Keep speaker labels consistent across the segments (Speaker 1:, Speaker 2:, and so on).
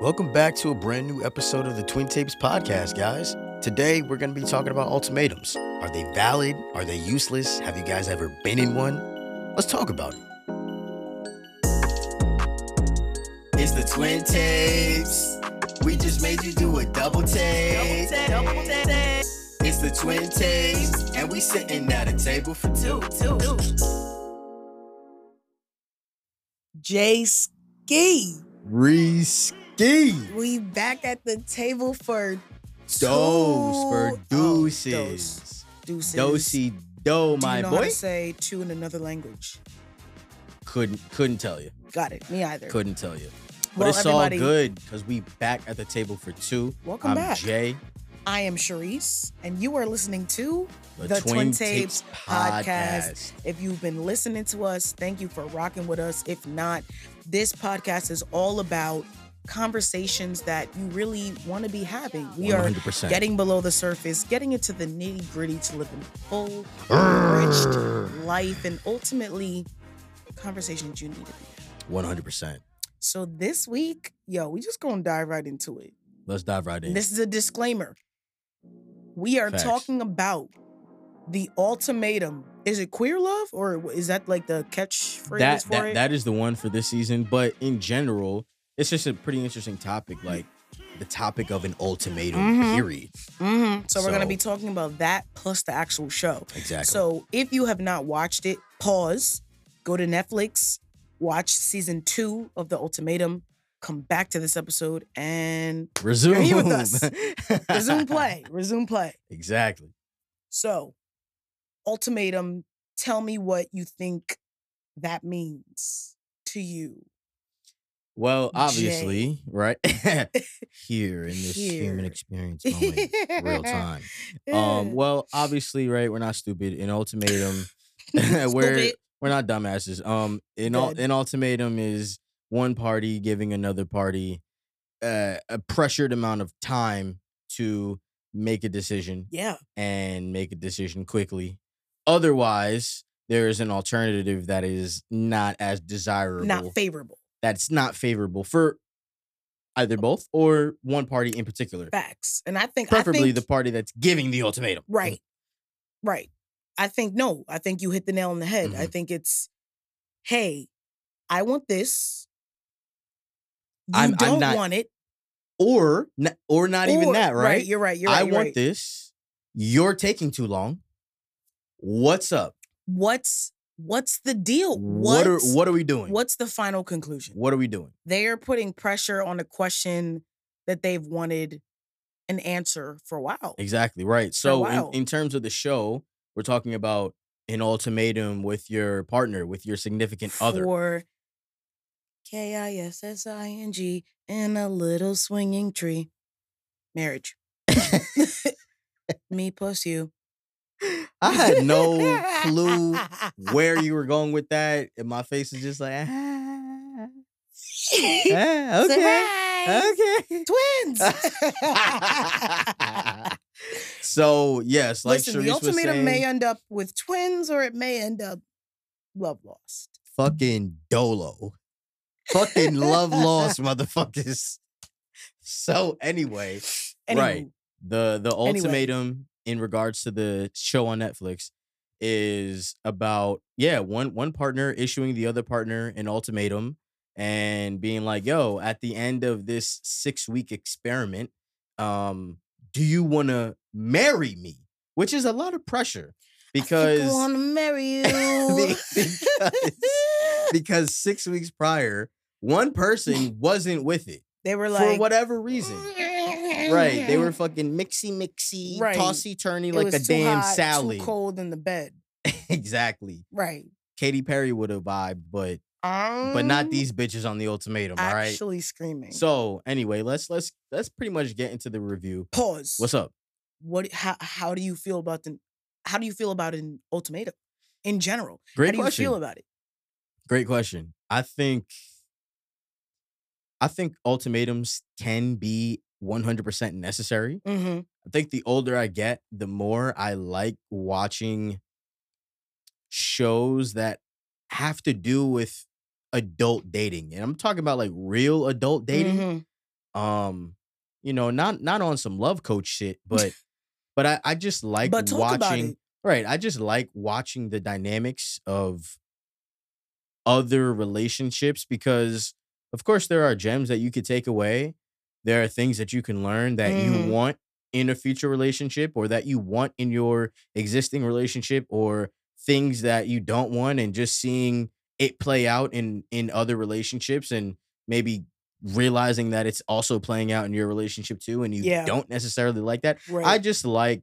Speaker 1: Welcome back to a brand new episode of the Twin Tapes podcast, guys. Today, we're going to be talking about ultimatums. Are they valid? Are they useless? Have you guys ever been in one? Let's talk about it. It's the Twin Tapes. We just made you do a double take. It's the Twin Tapes, and we sitting at a table for two.
Speaker 2: Jay Ski.
Speaker 1: Risky.
Speaker 2: We back at the table for
Speaker 1: Dose
Speaker 2: two-
Speaker 1: for
Speaker 2: Oh,
Speaker 1: deuces.
Speaker 2: deuces.
Speaker 1: Dosey do,
Speaker 2: Do you
Speaker 1: my
Speaker 2: know How
Speaker 1: boy.
Speaker 2: to say two in another language.
Speaker 1: Couldn't couldn't tell you.
Speaker 2: Got it. Me either.
Speaker 1: Couldn't tell you. But
Speaker 2: Well,
Speaker 1: it's all
Speaker 2: everybody,
Speaker 1: good because we back at the table for two.
Speaker 2: Welcome
Speaker 1: I'm
Speaker 2: back.
Speaker 1: Jay,
Speaker 2: I am Sharice, and you are listening to.
Speaker 1: the,
Speaker 2: The
Speaker 1: Twin,
Speaker 2: Twin
Speaker 1: Tapes,
Speaker 2: Tapes
Speaker 1: podcast.
Speaker 2: Podcast. If you've been listening to us, thank you for rocking with us. If not, this podcast is all about conversations that you really want to be having. We are
Speaker 1: 100%.
Speaker 2: getting below the surface, getting into the nitty gritty to live a full, enriched life, and ultimately conversations you need to be. having.
Speaker 1: 100%.
Speaker 2: So this week, yo, we just gonna dive right into it.
Speaker 1: Let's dive right in.
Speaker 2: This is a disclaimer. We are
Speaker 1: Facts.
Speaker 2: talking about the ultimatum. Is it queer love or is that like the catchphrase
Speaker 1: that
Speaker 2: for
Speaker 1: that,
Speaker 2: it?
Speaker 1: that is the one for this season. But in general, it's just a pretty interesting topic, like the topic of an ultimatum,
Speaker 2: Mhm.
Speaker 1: period.
Speaker 2: Mhm. So, we're gonna
Speaker 1: So-
Speaker 2: be talking about that plus the actual show.
Speaker 1: Exactly.
Speaker 2: So if you have not watched it, pause, go to Netflix, watch season two of the ultimatum, come back to this episode and
Speaker 1: resume.
Speaker 2: here with us. resume play. Resume play.
Speaker 1: Exactly.
Speaker 2: So, ultimatum, tell me what you think that means to you.
Speaker 1: Well,
Speaker 2: Jay.
Speaker 1: obviously, right here in this human
Speaker 2: Here. Eh.
Speaker 1: experience moment, real time. Um, well, obviously, right? We're not stupid. In ultimatum, we're
Speaker 2: Stupid.
Speaker 1: we're not dumbasses. Um, in all,
Speaker 2: Good.
Speaker 1: in ultimatum is one party giving another party uh, a pressured amount of time to make a decision
Speaker 2: yeah.
Speaker 1: and make a decision quickly. Otherwise, there is an alternative that is not as desirable
Speaker 2: Not favorable.
Speaker 1: that's not favorable for either both or one party in particular.
Speaker 2: Facts. And I think I
Speaker 1: Preferably
Speaker 2: think,
Speaker 1: the party that's giving the ultimatum.
Speaker 2: Right. Right. I think no. I think you hit the nail on the head. I
Speaker 1: Mhm.
Speaker 2: think it's, hey, I want this. You
Speaker 1: I'm- I'm
Speaker 2: don't
Speaker 1: not-
Speaker 2: want it.
Speaker 1: Or n- or not even
Speaker 2: Or-
Speaker 1: that, right?
Speaker 2: You're right. You're right.
Speaker 1: I
Speaker 2: you're
Speaker 1: want
Speaker 2: right.
Speaker 1: this. You're taking too long. What's up?
Speaker 2: What's what's the deal?
Speaker 1: What are
Speaker 2: What's-
Speaker 1: what are we doing?
Speaker 2: What's the final conclusion?
Speaker 1: what are we doing?
Speaker 2: they are putting pressure on a question that they've wanted an answer for a while.
Speaker 1: Exactly, right. So
Speaker 2: Oh, wow.
Speaker 1: in, in terms of the show, we're talking about an ultimatum with your partner, with your significant other.
Speaker 2: For K I S S I N G in a little swinging tree. Marriage. Me plus you.
Speaker 1: I had no clue where you were going with that, and my face is just like, ah, ah, okay,
Speaker 2: Surprise!
Speaker 1: okay.
Speaker 2: Twins.
Speaker 1: so yes, like
Speaker 2: Listen, the
Speaker 1: Sharice was
Speaker 2: ultimatum
Speaker 1: saying,
Speaker 2: may end up with twins or it may end up love lost.
Speaker 1: fucking dolo, fucking love lost, motherfuckers. So anyway, Right.
Speaker 2: Anywho,
Speaker 1: the the
Speaker 2: Anyway.
Speaker 1: ultimatum in regards to the show on Netflix is about yeah one one partner issuing the other partner an ultimatum and being like yo at the end of this six week experiment um do you want to marry me which is a lot of pressure
Speaker 2: I
Speaker 1: because
Speaker 2: want to marry you.
Speaker 1: Be- because- because six weeks prior one person wasn't with it
Speaker 2: they were like
Speaker 1: for whatever reason Right. They were fucking mixy mixy,
Speaker 2: Right.
Speaker 1: tossy turny
Speaker 2: It
Speaker 1: like
Speaker 2: was
Speaker 1: a
Speaker 2: too
Speaker 1: damn
Speaker 2: hot,
Speaker 1: Sally.
Speaker 2: Too cold in the bed.
Speaker 1: exactly.
Speaker 2: Right.
Speaker 1: Katy Perry would have vibed, but
Speaker 2: Um,
Speaker 1: but not these bitches on the ultimatum, all right?
Speaker 2: Actually screaming.
Speaker 1: So anyway, let's let's let's pretty much get into the review.
Speaker 2: pause.
Speaker 1: What's up?
Speaker 2: What? How, how do you feel about the? How do you feel about an ultimatum in general? how
Speaker 1: Great
Speaker 2: do
Speaker 1: question.
Speaker 2: you feel about it?
Speaker 1: Great question. I think I think ultimatums can be 100% necessary.
Speaker 2: Mm-hmm.
Speaker 1: I think the older I get, the more I like watching shows that
Speaker 2: mm-hmm.
Speaker 1: have to do with adult dating. And I'm talking about like real adult dating Um, you know, not not on some love coach shit, but but I, I just like
Speaker 2: but talk about
Speaker 1: watching
Speaker 2: it.
Speaker 1: Right. I just like watching the dynamics of other relationships because, of course, there are gems that you could take away. There are things that you can learn that
Speaker 2: Mhm.
Speaker 1: you want in a future relationship or that you want in your existing relationship or things that you don't want and just seeing it play out in in other relationships and maybe realizing that it's also playing out in your relationship too and you
Speaker 2: Yeah.
Speaker 1: don't necessarily like that
Speaker 2: Right.
Speaker 1: I just like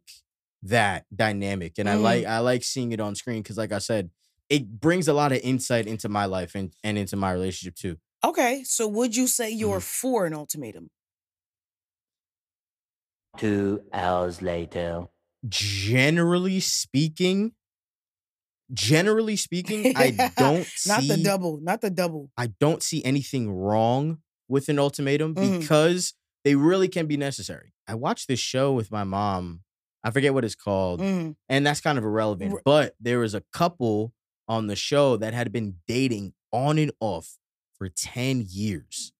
Speaker 1: that dynamic, and I
Speaker 2: Mhm.
Speaker 1: like I like seeing it on screen because, like I said, it brings a lot of insight into my life and and into my relationship too.
Speaker 2: okay, so would you say
Speaker 1: Mm-hmm.
Speaker 2: you're for an ultimatum?
Speaker 3: Two hours later.
Speaker 1: Generally speaking, generally speaking, I don't
Speaker 2: Not
Speaker 1: see
Speaker 2: the double, not the double.
Speaker 1: I don't see anything wrong with an ultimatum
Speaker 2: Mhm.
Speaker 1: because they really can be necessary. I watched this show with my mom. I forget what it's called.
Speaker 2: Mhm.
Speaker 1: and that's kind of irrelevant.
Speaker 2: Right.
Speaker 1: But there was a couple on the show that had been dating on and off for 10 years.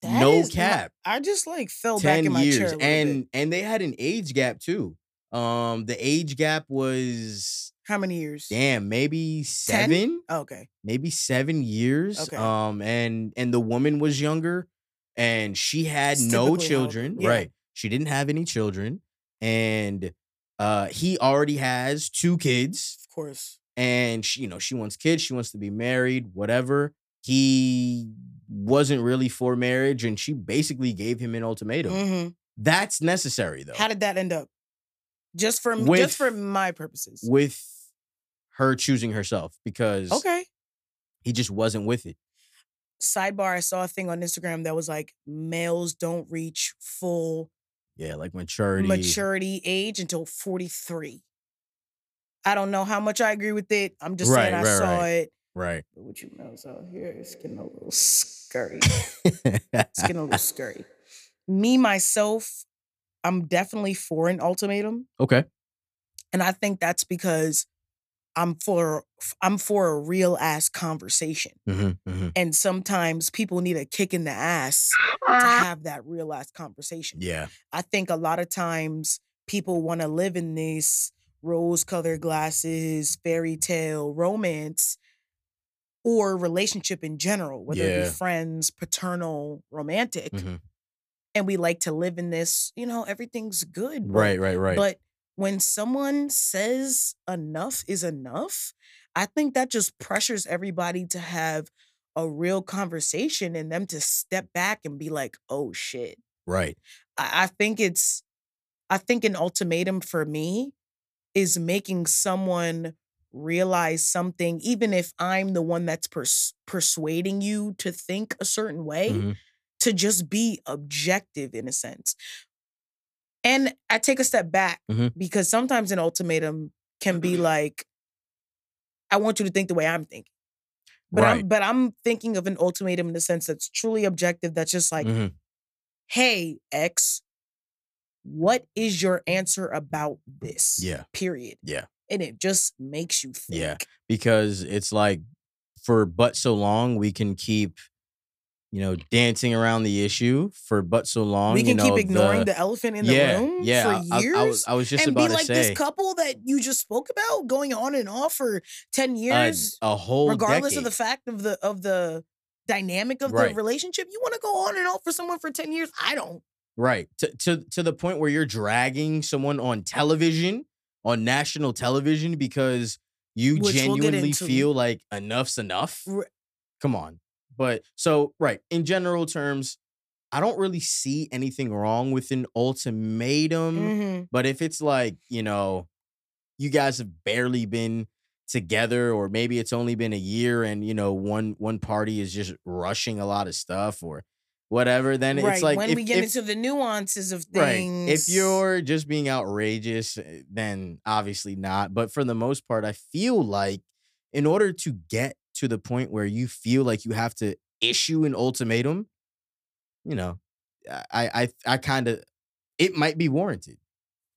Speaker 2: That
Speaker 1: no
Speaker 2: is not-
Speaker 1: cap.
Speaker 2: I just like fell back
Speaker 1: 10
Speaker 2: in my chair.
Speaker 1: years.
Speaker 2: a little bit.
Speaker 1: And and they had an age gap too. Um the age gap was
Speaker 2: how many years?
Speaker 1: damn, maybe 7,
Speaker 2: Oh, okay.
Speaker 1: maybe 7 years.
Speaker 2: Okay.
Speaker 1: Um and and the woman was younger and she had
Speaker 2: It's
Speaker 1: no
Speaker 2: typically how it-
Speaker 1: children,
Speaker 2: yeah.
Speaker 1: right? She didn't have any children and uh he already has two kids
Speaker 2: Of course.
Speaker 1: and she, you know she wants kids she wants to be married whatever he wasn't really for marriage and she basically gave him an ultimatum
Speaker 2: hmm
Speaker 1: that's necessary though
Speaker 2: How did that end up? Just for
Speaker 1: With-
Speaker 2: just for my purposes.
Speaker 1: with her choosing herself because
Speaker 2: okay.
Speaker 1: he just wasn't with it
Speaker 2: Sidebar, I saw a thing on Instagram that was like males don't reach full
Speaker 1: yeah like maturity
Speaker 2: maturity age until 43. I don't know how much I agree with it. I'm just saying
Speaker 1: Right,
Speaker 2: I
Speaker 1: right,
Speaker 2: saw
Speaker 1: right.
Speaker 2: it.
Speaker 1: right
Speaker 2: But what you males out here is getting a little scurry. It's getting a little scurry. Me, myself, I'm definitely for an ultimatum.
Speaker 1: okay
Speaker 2: And I think that's because I'm for I'm for a real ass conversation.
Speaker 1: Mhm, mhm.
Speaker 2: And sometimes people need a kick in the ass to have that real ass conversation.
Speaker 1: yeah
Speaker 2: I think a lot of times people want to live in this rose colored glasses, fairy tale romance or relationship in general, whether it
Speaker 1: Yeah.
Speaker 2: be friends, paternal, romantic.
Speaker 1: mhm.
Speaker 2: And we like to live in this, you know, everything's good. but
Speaker 1: right right right
Speaker 2: but when someone says enough is enough, I think that just pressures everybody to have a real conversation and them to step back and be like, oh shit.
Speaker 1: right
Speaker 2: I, I think it's, I think an ultimatum for me is making someone realize something, even if I'm the one that's pers- persuading you to think a certain way
Speaker 1: Mhm.
Speaker 2: to just be objective in a sense. And I take a step back
Speaker 1: Mhm.
Speaker 2: because sometimes an ultimatum can be like, I want you to think the way I'm thinking. But
Speaker 1: right
Speaker 2: I'm but I'm thinking of an ultimatum in the sense that's truly objective, that's just like,
Speaker 1: Mhm.
Speaker 2: hey, X, what is your answer about this?
Speaker 1: yeah
Speaker 2: Period.
Speaker 1: Yeah.
Speaker 2: And it just makes you think.
Speaker 1: Yeah. because it's like for but so long we can keep you know dancing around the issue for but so long
Speaker 2: we
Speaker 1: Um, you
Speaker 2: can
Speaker 1: know,
Speaker 2: keep ignoring the, elephant in
Speaker 1: yeah,
Speaker 2: the room
Speaker 1: yeah
Speaker 2: for
Speaker 1: I- I-
Speaker 2: years.
Speaker 1: I, was, I was just
Speaker 2: and
Speaker 1: about
Speaker 2: be like
Speaker 1: to
Speaker 2: this
Speaker 1: say
Speaker 2: couple that you just spoke about going on and off for 10
Speaker 1: a,
Speaker 2: years
Speaker 1: uh, a whole
Speaker 2: regardless of the
Speaker 1: decade.
Speaker 2: fact of the of the dynamic of
Speaker 1: Right.
Speaker 2: the relationship you want to go on and off for someone for 10 years i don't
Speaker 1: right to, to to the point where you're dragging someone on television on national television because you
Speaker 2: Which we'll get
Speaker 1: genuinely
Speaker 2: into.
Speaker 1: feel like enough's enough
Speaker 2: Re-
Speaker 1: come on but so right in general terms i don't really see anything wrong with an ultimatum
Speaker 2: Mm. Mm-hmm.
Speaker 1: But if it's like, you know, you guys have barely been together or maybe it's only been a year and you know one one party is just rushing a lot of stuff or whatever then
Speaker 2: right
Speaker 1: it's like
Speaker 2: when
Speaker 1: if,
Speaker 2: we get
Speaker 1: if-
Speaker 2: into the nuances of
Speaker 1: right
Speaker 2: things
Speaker 1: if you're just being outrageous eh, then obviously not but for the most part i feel like in order to get to the point where you feel like you have to issue an ultimatum you know i i i kind of it might be warranted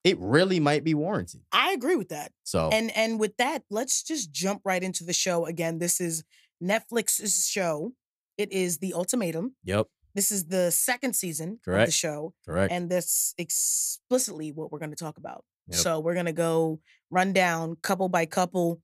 Speaker 1: it really might be warranted
Speaker 2: i agree with that
Speaker 1: so
Speaker 2: and and with that let's just jump right into the show again this is netflix's show it is the ultimatum
Speaker 1: yep
Speaker 2: This is the second season of the
Speaker 1: Correct.
Speaker 2: show,
Speaker 1: Correct.
Speaker 2: and that's explicitly what we're going to talk about.
Speaker 1: Yep.
Speaker 2: So we're going to go run down couple by couple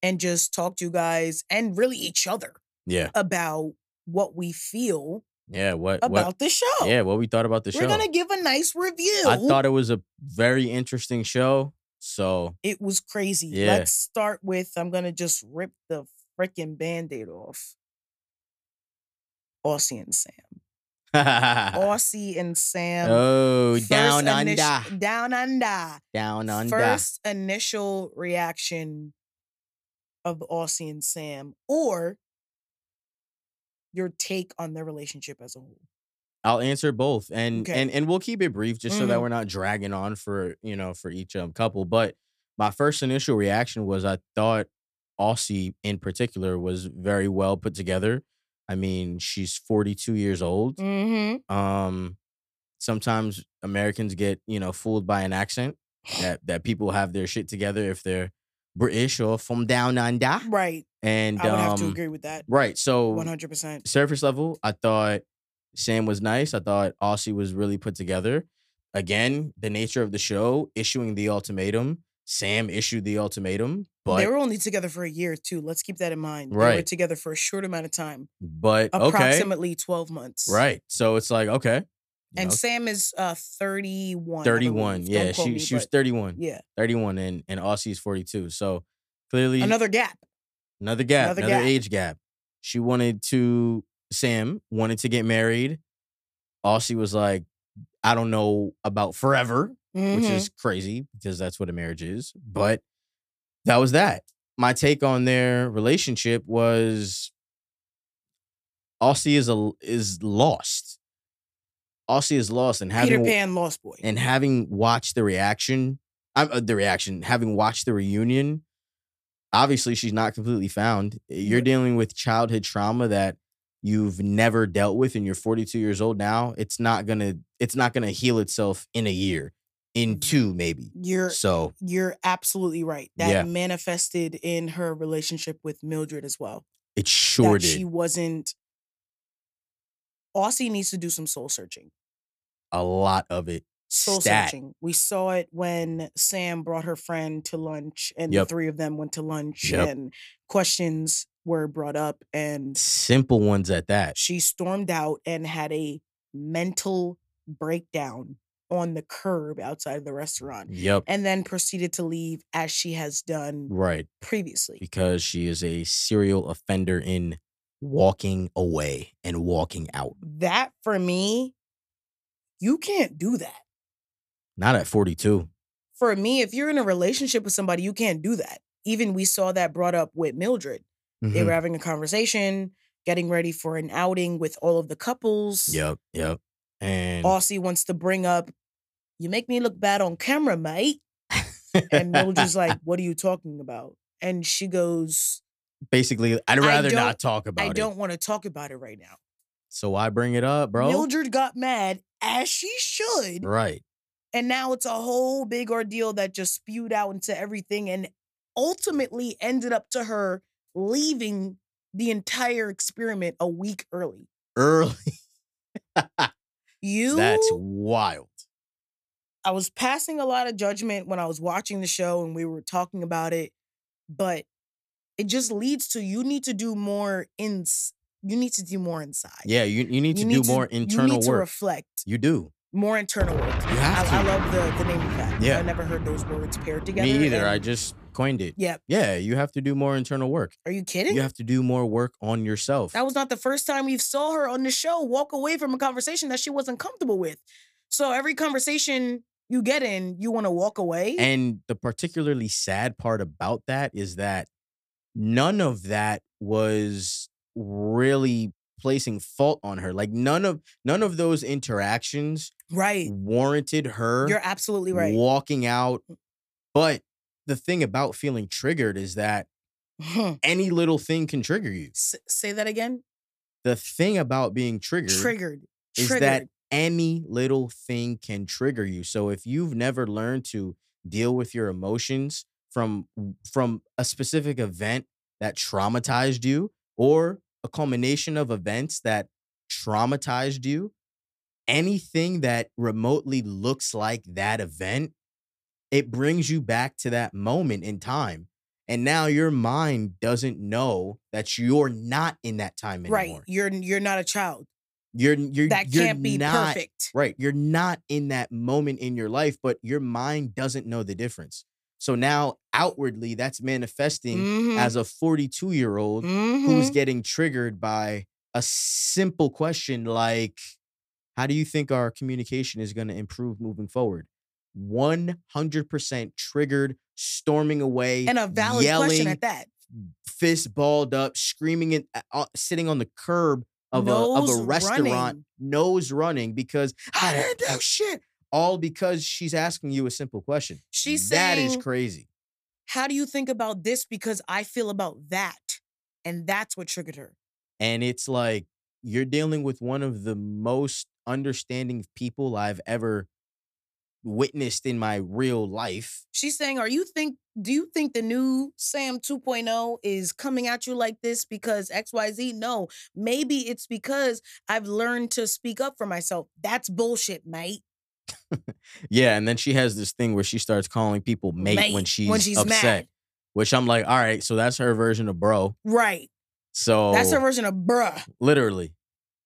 Speaker 2: and just talk to you guys and really each other
Speaker 1: yeah.
Speaker 2: about what we feel
Speaker 1: Yeah. What?
Speaker 2: about
Speaker 1: what?
Speaker 2: the show.
Speaker 1: Yeah. What we thought about the
Speaker 2: we're
Speaker 1: show.
Speaker 2: going to give a nice review.
Speaker 1: I thought it was a very interesting show. So
Speaker 2: it was crazy.
Speaker 1: Yeah.
Speaker 2: Let's start with I'm gonna just rip the freaking band-aid off. Aussie and Sam.
Speaker 1: oh,
Speaker 2: Aussie and Sam. first
Speaker 1: down
Speaker 2: init-
Speaker 1: under,
Speaker 2: Down under.
Speaker 1: down under.
Speaker 2: First initial reaction of Aussie and Sam, or your take on their relationship as a whole.
Speaker 1: I'll answer both, and
Speaker 2: Okay.
Speaker 1: and and we'll keep it brief, just so that
Speaker 2: Mhm.
Speaker 1: we're not dragging on for you know for each um couple. But my first initial reaction was I thought Aussie in particular was very well put together. I mean, she's forty two years old.
Speaker 2: Mm-hmm.
Speaker 1: Um, sometimes Americans get you know fooled by an accent that that people have their shit together if they're British or from down under,
Speaker 2: Right.
Speaker 1: and
Speaker 2: I would
Speaker 1: um,
Speaker 2: have to agree with that.
Speaker 1: right. So
Speaker 2: 100%.
Speaker 1: surface level, I thought Sam was nice. I thought Aussie was really put together. Again, the nature of the show, issuing the ultimatum. Sam issued the ultimatum,
Speaker 2: they
Speaker 1: but
Speaker 2: were only together for a year too. Let's keep that in mind. They were
Speaker 1: Right.
Speaker 2: together for a short amount of time,
Speaker 1: but okay,
Speaker 2: approximately twelve months.
Speaker 1: right. So it's like okay, you
Speaker 2: And
Speaker 1: know,
Speaker 2: Sam is uh thirty-one. I
Speaker 1: thirty-one.
Speaker 2: believe. Don't
Speaker 1: Yeah,
Speaker 2: quote
Speaker 1: she
Speaker 2: me,
Speaker 1: she was
Speaker 2: but
Speaker 1: thirty-one,
Speaker 2: Yeah,
Speaker 1: 31, and and Aussie's forty-two. So clearly
Speaker 2: another gap.
Speaker 1: Another gap,
Speaker 2: Another
Speaker 1: another,
Speaker 2: gap.
Speaker 1: age gap. She wanted to, Sam wanted to get married. Aussie was like, I don't know about forever, which
Speaker 2: Mhm.
Speaker 1: is crazy because that's what a marriage is. But that was that. My take on their relationship was Aussie is a is lost. Aussie is lost and having
Speaker 2: Mm-hmm. Peter Pan Lost Boy.
Speaker 1: and having watched the reaction, I'm uh, the reaction, having watched the reunion, obviously she's not completely found. Uh, You're
Speaker 2: Yeah.
Speaker 1: dealing with childhood trauma that you've never dealt with, and you're 42 years old now. It's not gonna, it's not gonna heal itself in a year,
Speaker 2: Mm-hmm.
Speaker 1: in two maybe.
Speaker 2: you're
Speaker 1: So
Speaker 2: you're absolutely right. That
Speaker 1: Yeah.
Speaker 2: manifested in her relationship with Mildred as well.
Speaker 1: it sure
Speaker 2: that
Speaker 1: did
Speaker 2: she wasn't. Aussie needs to do some soul searching.
Speaker 1: a lot of it.
Speaker 2: soul
Speaker 1: Stat.
Speaker 2: searching. We saw it when Sam brought her friend to lunch and the
Speaker 1: Yep.
Speaker 2: three of them went to lunch
Speaker 1: Yep.
Speaker 2: and questions were brought up and
Speaker 1: Simple ones at that.
Speaker 2: she stormed out and had a mental breakdown on the curb outside of the restaurant
Speaker 1: Yep.
Speaker 2: and then proceeded to leave as she has done
Speaker 1: Right.
Speaker 2: previously.
Speaker 1: Because she is a serial offender in walking away and walking out.
Speaker 2: That for me, you can't do that.
Speaker 1: Not at 42.
Speaker 2: for me, if you're in a relationship with somebody, you can't do that. Even we saw that brought up with Mildred. They
Speaker 1: Mhm.
Speaker 2: were having a conversation, getting ready for an outing with all of the couples.
Speaker 1: Yep, yep. And
Speaker 2: Aussie wants to bring up, you make me look bad on camera, mate. And Mildred's like, what are you talking about? And she goes,
Speaker 1: basically, I'd rather
Speaker 2: don't-
Speaker 1: not talk about
Speaker 2: I
Speaker 1: it.
Speaker 2: don't want to talk about it right now.
Speaker 1: So why bring it up, bro?
Speaker 2: Mildred got mad as she should.
Speaker 1: Right.
Speaker 2: And now it's a whole big ordeal that just spewed out into everything and ultimately ended up to her leaving the entire experiment a week early.
Speaker 1: Early.
Speaker 2: You
Speaker 1: That's wild.
Speaker 2: I was passing a lot of judgment when I was watching the show and we were talking about it, but it just leads to you need to do more in you need to do more inside.
Speaker 1: Yeah, you, you need to do more
Speaker 2: You
Speaker 1: internal
Speaker 2: need to
Speaker 1: work.
Speaker 2: reflect
Speaker 1: you do.
Speaker 2: more internal work.
Speaker 1: You
Speaker 2: I,
Speaker 1: have to.
Speaker 2: I love the the name of that.
Speaker 1: Yeah.
Speaker 2: I never heard those words paired together.
Speaker 1: Me either. I
Speaker 2: and-
Speaker 1: just coined it.
Speaker 2: Yep.
Speaker 1: Yeah, you have to do more internal work.
Speaker 2: Are you kidding?
Speaker 1: You have to do more work on yourself.
Speaker 2: That was not the first time we saw her on the show walk away from a conversation that she wasn't comfortable with. So every conversation you get in, you want to walk away.
Speaker 1: And the particularly sad part about that is that none of that was really placing fault on her. Like none of none of those interactions
Speaker 2: right.
Speaker 1: warranted her
Speaker 2: You're absolutely right. Mm.
Speaker 1: walking out. But the thing about feeling triggered is that
Speaker 2: Mhm.
Speaker 1: any little thing can trigger you.
Speaker 2: S- say that again.
Speaker 1: The thing about being triggered,
Speaker 2: Triggered.
Speaker 1: is
Speaker 2: Triggered.
Speaker 1: that any little thing can trigger you. So if you've never learned to deal with your emotions from from a specific event that traumatized you or a culmination of events that traumatized you, anything that remotely looks like that event, it brings you back to that moment in time. And now your mind doesn't know that you're not in that time anymore.
Speaker 2: Right. You're you're not a child.
Speaker 1: You're you're
Speaker 2: That
Speaker 1: you're
Speaker 2: can't be
Speaker 1: not,
Speaker 2: perfect.
Speaker 1: Right. You're not in that moment in your life, but your mind doesn't know the difference. So now outwardly that's manifesting
Speaker 2: Mhm,
Speaker 1: as a 42 year old who's
Speaker 2: mhm.
Speaker 1: getting triggered by a simple question like, How do you think our communication is going to improve moving forward? 100% triggered, storming away,
Speaker 2: and a valid
Speaker 1: yelling,
Speaker 2: question at that.
Speaker 1: fist balled up, screaming, and uh, sitting on the curb of, a, of
Speaker 2: Nose
Speaker 1: a restaurant,
Speaker 2: running.
Speaker 1: nose running because I didn't do shit. All because she's asking you a simple question.
Speaker 2: She's
Speaker 1: that is
Speaker 2: saying,
Speaker 1: crazy.
Speaker 2: How do you think about this? Because I feel about that. And that's what triggered her.
Speaker 1: And it's like you're dealing with one of the most understanding people I've ever witnessed in my real life.
Speaker 2: She's saying, Are you think do you think the new Sam 2.0 is coming at you like this because XYZ? No. Maybe it's because I've learned to speak up for myself. That's bullshit, mate.
Speaker 1: Yeah, and then she has this thing where she starts calling people mate, when she's upset,
Speaker 2: mad.
Speaker 1: which I'm like, all right, so that's her version of bro.
Speaker 2: Right.
Speaker 1: So
Speaker 2: That's her version of bruh.
Speaker 1: literally,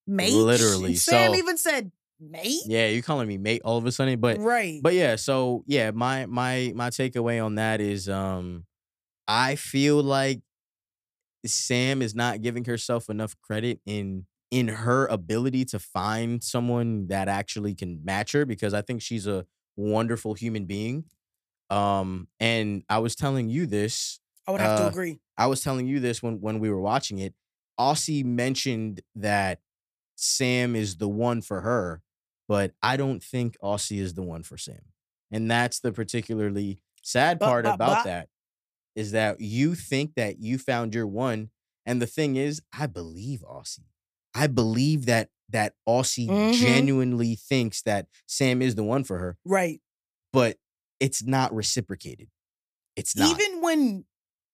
Speaker 2: Mate.
Speaker 1: Oh. Literally,
Speaker 2: And Sam
Speaker 1: so-
Speaker 2: even said, mate?
Speaker 1: yeah, you're calling me mate all of a sudden, but
Speaker 2: right.
Speaker 1: but yeah, so yeah, my my my takeaway on that is, um, I feel like Sam is not giving herself enough credit in in her ability to find someone that actually can match her because I think she's a wonderful human being. Um, and I was telling you this
Speaker 2: I would have
Speaker 1: uh,
Speaker 2: to agree.
Speaker 1: I was telling you this when when we were watching it. Aussie mentioned that Sam is the one for her, but I don't think Aussie is the one for Sam. And that's the particularly sad
Speaker 2: But-
Speaker 1: part
Speaker 2: but-
Speaker 1: about
Speaker 2: but-
Speaker 1: that is that you think that you found your one. And the thing is, I believe Aussie. I believe that that Aussie
Speaker 2: Mhm.
Speaker 1: genuinely thinks that Sam is the one for her,
Speaker 2: Right.
Speaker 1: but it's not reciprocated. It's not.
Speaker 2: Even when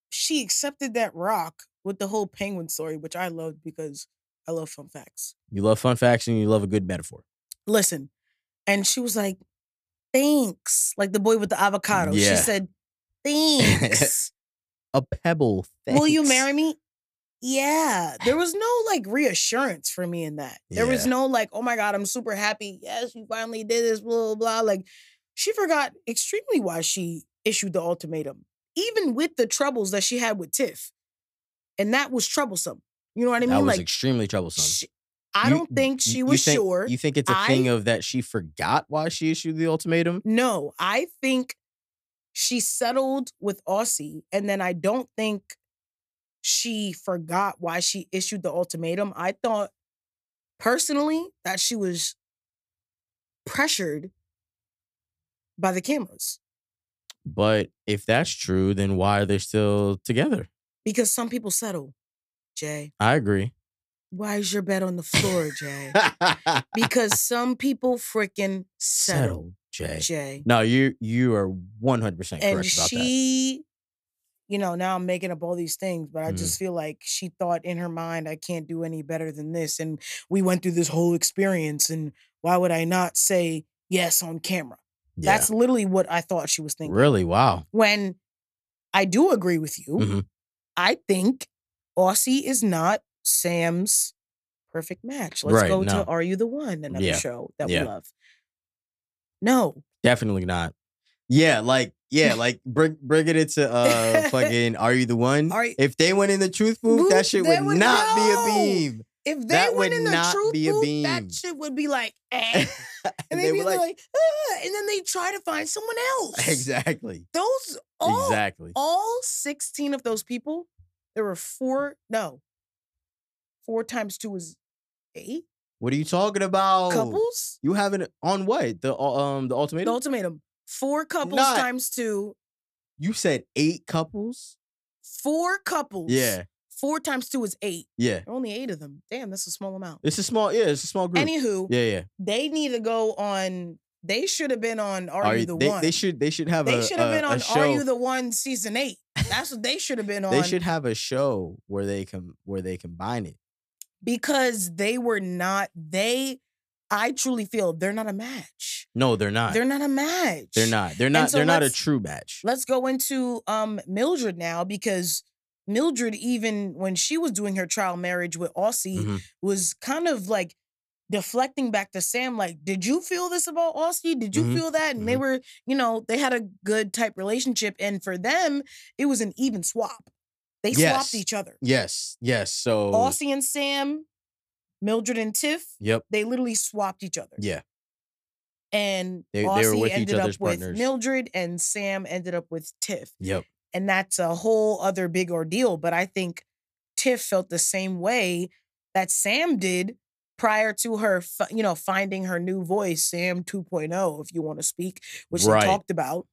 Speaker 2: she accepted that rock with the whole penguin story, which I loved because I love fun facts.
Speaker 1: you love fun facts and you love a good metaphor.
Speaker 2: Listen, and she was like, thanks. Like the boy with the avocado. She
Speaker 1: Yeah.
Speaker 2: said, thanks.
Speaker 1: a pebble.
Speaker 2: Will you marry me? Yeah. There was no like reassurance for me in that. There was
Speaker 1: Yeah.
Speaker 2: no like, oh my God, I'm super happy. Yes, you finally did this, blah, blah, blah. Like, she forgot extremely why she issued the ultimatum, even with the troubles that she had with Tiff. And that was troublesome. You know what I
Speaker 1: That
Speaker 2: mean?
Speaker 1: was
Speaker 2: like,
Speaker 1: extremely troublesome.
Speaker 2: she- I
Speaker 1: You-
Speaker 2: don't think
Speaker 1: you-
Speaker 2: she
Speaker 1: you
Speaker 2: was
Speaker 1: think-
Speaker 2: sure.
Speaker 1: You think it's a
Speaker 2: I-
Speaker 1: thing of that she forgot why she issued the ultimatum?
Speaker 2: No, I think she settled with Aussie, and then I don't think she forgot why she issued the ultimatum. I thought personally that she was pressured by the cameras
Speaker 1: But if that's true, then why are they still together?
Speaker 2: because some people settle. Jay,
Speaker 1: I agree.
Speaker 2: why is your bed on the floor, Jay? Because some people freaking settle,
Speaker 1: Settle, Jay.
Speaker 2: Jay.
Speaker 1: No, you you are one hundred percent
Speaker 2: and
Speaker 1: correct about that.
Speaker 2: she you know now i'm making up all these things but i
Speaker 1: Mhm.
Speaker 2: just feel like she thought in her mind i can't do any better than this and we went through this whole experience and why would i not say yes on camera
Speaker 1: Yeah.
Speaker 2: that's literally what i thought she was thinking
Speaker 1: really wow.
Speaker 2: when i do agree with you
Speaker 1: Mhm.
Speaker 2: i think aussie is not sam's perfect match let's
Speaker 1: Right,
Speaker 2: go
Speaker 1: no.
Speaker 2: to are you the one another
Speaker 1: Yeah,
Speaker 2: show that
Speaker 1: yeah.
Speaker 2: we love no
Speaker 1: Definitely not. Yeah, like yeah, like bring bringing it to uh fucking are you the one?
Speaker 2: Are you-
Speaker 1: if they went in the truth booth, that
Speaker 2: Booth,
Speaker 1: shit
Speaker 2: they
Speaker 1: would,
Speaker 2: would
Speaker 1: not
Speaker 2: know.
Speaker 1: be a beam.
Speaker 2: If they
Speaker 1: That
Speaker 2: went
Speaker 1: would
Speaker 2: in the
Speaker 1: not
Speaker 2: truth
Speaker 1: be a
Speaker 2: booth,
Speaker 1: beam.
Speaker 2: that shit would be like, eh.
Speaker 1: and,
Speaker 2: and
Speaker 1: they
Speaker 2: they'd be
Speaker 1: were
Speaker 2: like, "Ah," and then they try to find someone else.
Speaker 1: exactly,
Speaker 2: Those all
Speaker 1: exactly.
Speaker 2: all sixteen of those people. There were four. No, four times two is eight
Speaker 1: What are you talking about?
Speaker 2: couples.
Speaker 1: You haven't on what the uh, um the
Speaker 2: The
Speaker 1: ultimatum?
Speaker 2: ultimatum: four couples
Speaker 1: Not-
Speaker 2: times two.
Speaker 1: You said eight couples.
Speaker 2: Four couples.
Speaker 1: Yeah,
Speaker 2: Four times two is eight.
Speaker 1: yeah.
Speaker 2: There are only eight of them. Damn, that's a small amount.
Speaker 1: It's a small, yeah, it's a small group.
Speaker 2: Anywho,
Speaker 1: yeah, yeah.
Speaker 2: they need to go on. They should have been on. Are,
Speaker 1: Are
Speaker 2: you
Speaker 1: you-
Speaker 2: the
Speaker 1: they,
Speaker 2: one?
Speaker 1: they should they should have
Speaker 2: They
Speaker 1: a,
Speaker 2: should have
Speaker 1: a-
Speaker 2: been
Speaker 1: a
Speaker 2: on
Speaker 1: show.
Speaker 2: Are You the One season eight. That's what they should have been on.
Speaker 1: they should have a show where they can where they combine it.
Speaker 2: because they were not they I truly feel they're not a match.
Speaker 1: No, they're not.
Speaker 2: They're not a match.
Speaker 1: They're not. They're not.
Speaker 2: so
Speaker 1: they're not a
Speaker 2: let's-
Speaker 1: true match.
Speaker 2: Let's go into um Mildred now because Mildred even when she was doing her trial marriage with Aussie
Speaker 1: Mhm.
Speaker 2: was kind of like deflecting back to Sam, like, did you feel this about Austin? Did you
Speaker 1: Mhm.
Speaker 2: feel that? And they
Speaker 1: Mhm.
Speaker 2: were, you know, they had a good type relationship. And for them, it was an even swap. They
Speaker 1: Yes.
Speaker 2: swapped each other.
Speaker 1: Yes. Yes. So.
Speaker 2: Aussie and Sam, Mildred and Tiff,
Speaker 1: Yep.
Speaker 2: they literally swapped each other.
Speaker 1: Yeah.
Speaker 2: And
Speaker 1: They- they were
Speaker 2: Aussie
Speaker 1: with each
Speaker 2: ended
Speaker 1: other's
Speaker 2: up with
Speaker 1: partners.
Speaker 2: Mildred and Sam ended up with Tiff.
Speaker 1: Yep.
Speaker 2: And that's a whole other big ordeal. But I think Tiff felt the same way that Sam did prior to her, fi- you know, finding her new voice, Sam 2.0, if you want to speak, which
Speaker 1: Right.
Speaker 2: they talked about.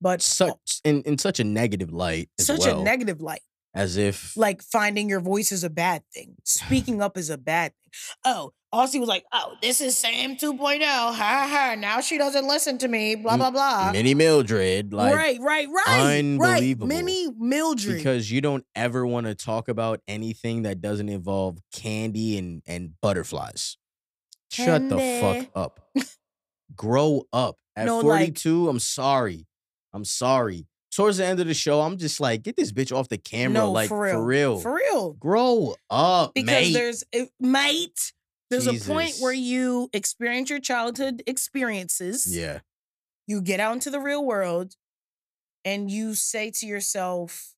Speaker 2: But
Speaker 1: Such in, in such a negative light. As
Speaker 2: such
Speaker 1: well,
Speaker 2: a negative light.
Speaker 1: As if.
Speaker 2: Like finding your voice is a bad thing. Speaking up is a bad thing. Oh, Aussie was like, oh, this is Sam 2.0. Ha ha. Now she doesn't listen to me. Blah,
Speaker 1: M-
Speaker 2: blah, blah.
Speaker 1: Minnie Mildred. Like.
Speaker 2: Uh, right, right, right.
Speaker 1: Unbelievable.
Speaker 2: Right. Minnie Mildred.
Speaker 1: Because you don't ever want to talk about anything that doesn't involve candy and and butterflies. Shut the fuck
Speaker 2: Candy.
Speaker 1: up. Grow up. At
Speaker 2: No, like-
Speaker 1: 42, I'm sorry. I'm sorry. Towards the end of the show, I'm just like, get this bitch off the camera.
Speaker 2: no,
Speaker 1: like
Speaker 2: for real. For real.
Speaker 1: Grow up,
Speaker 2: Because
Speaker 1: mate.
Speaker 2: there's if- mate, there's a point where
Speaker 1: Jesus.
Speaker 2: you experience your childhood experiences.
Speaker 1: Yeah.
Speaker 2: You get out into the real world and you say to yourself,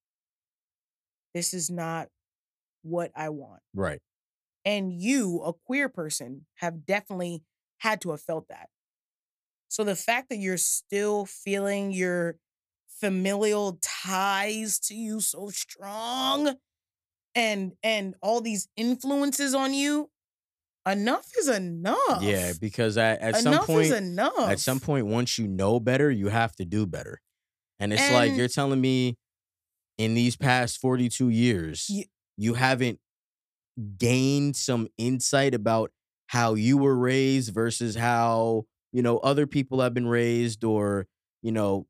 Speaker 2: This is not what I want.
Speaker 1: Right.
Speaker 2: and you, a queer person, have definitely had to have felt that. So the fact that you're still feeling your familial ties to you so strong and and all these influences on you, enough is enough.
Speaker 1: Yeah. Because at, at some
Speaker 2: enough
Speaker 1: point,
Speaker 2: is enough.
Speaker 1: at some point, once you know better, you have to do better. And it's like
Speaker 2: And-
Speaker 1: you're telling me in these past 42 years,
Speaker 2: Ye-
Speaker 1: you haven't gained some insight about how you were raised versus how, you know, other people have been raised or, you know,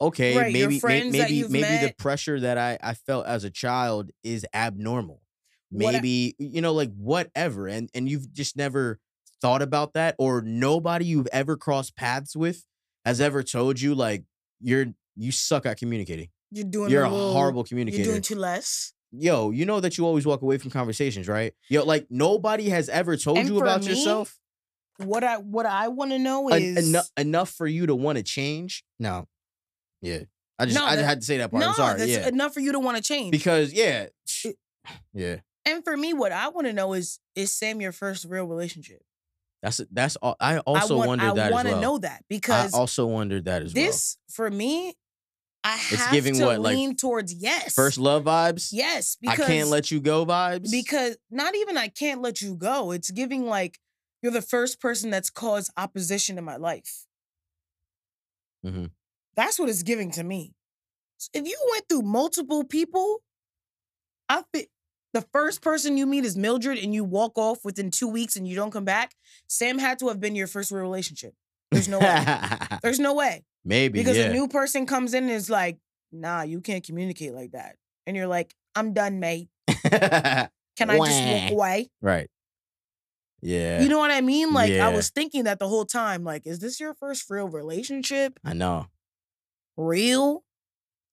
Speaker 1: okay,
Speaker 2: Right, your
Speaker 1: maybe may-
Speaker 2: friends that
Speaker 1: maybe
Speaker 2: you've
Speaker 1: maybe the
Speaker 2: met.
Speaker 1: pressure that I I felt as a child is abnormal.
Speaker 2: What I-
Speaker 1: Maybe you know like whatever and and you've just never thought about that or nobody you've ever crossed paths with has ever told you like you're you suck at communicating.
Speaker 2: you're doing
Speaker 1: You're a
Speaker 2: little-
Speaker 1: horrible communicator.
Speaker 2: You're doing too less.
Speaker 1: Yo, you know that you always walk away from conversations, right? Yo, like nobody has ever told
Speaker 2: And
Speaker 1: you
Speaker 2: for
Speaker 1: about
Speaker 2: me,
Speaker 1: yourself
Speaker 2: What I what I want to know
Speaker 1: en-
Speaker 2: is
Speaker 1: eno- enough for you to want to change. No, yeah, I just
Speaker 2: No,
Speaker 1: I
Speaker 2: that-
Speaker 1: had to say that part.
Speaker 2: no,
Speaker 1: I'm sorry,
Speaker 2: that's
Speaker 1: yeah,
Speaker 2: enough for you to want to change.
Speaker 1: because yeah,
Speaker 2: It-
Speaker 1: yeah,
Speaker 2: and for me, what I want to know is is Sam your first real relationship?
Speaker 1: that's that's all. I also
Speaker 2: I want,
Speaker 1: wondered that
Speaker 2: I
Speaker 1: as
Speaker 2: want to
Speaker 1: well.
Speaker 2: know that
Speaker 1: I
Speaker 2: because
Speaker 1: also wondered that as
Speaker 2: this for me, I have
Speaker 1: giving
Speaker 2: to
Speaker 1: what, like,
Speaker 2: lean towards yes.
Speaker 1: well. First love vibes.
Speaker 2: yes,
Speaker 1: I
Speaker 2: because
Speaker 1: can't let you go vibes.
Speaker 2: because not even I can't let you go. It's giving like you're the first person that's caused opposition in my life.
Speaker 1: Mhm.
Speaker 2: That's what it's giving to me. So if you went through multiple people, I think the first person you meet is Mildred, and you walk off within two weeks and you don't come back. Sam had to have been your first real relationship. There's no way. There's no way.
Speaker 1: Maybe
Speaker 2: Because
Speaker 1: yeah.
Speaker 2: a new person comes in and is like, nah, you can't communicate like that. And you're like, I'm done, mate. Can I just
Speaker 1: Wah.
Speaker 2: walk away?
Speaker 1: right. Yeah,
Speaker 2: You know what I mean? Like,
Speaker 1: Yeah.
Speaker 2: I was thinking that the whole time. Like, is this your first real relationship?
Speaker 1: I know,
Speaker 2: Real?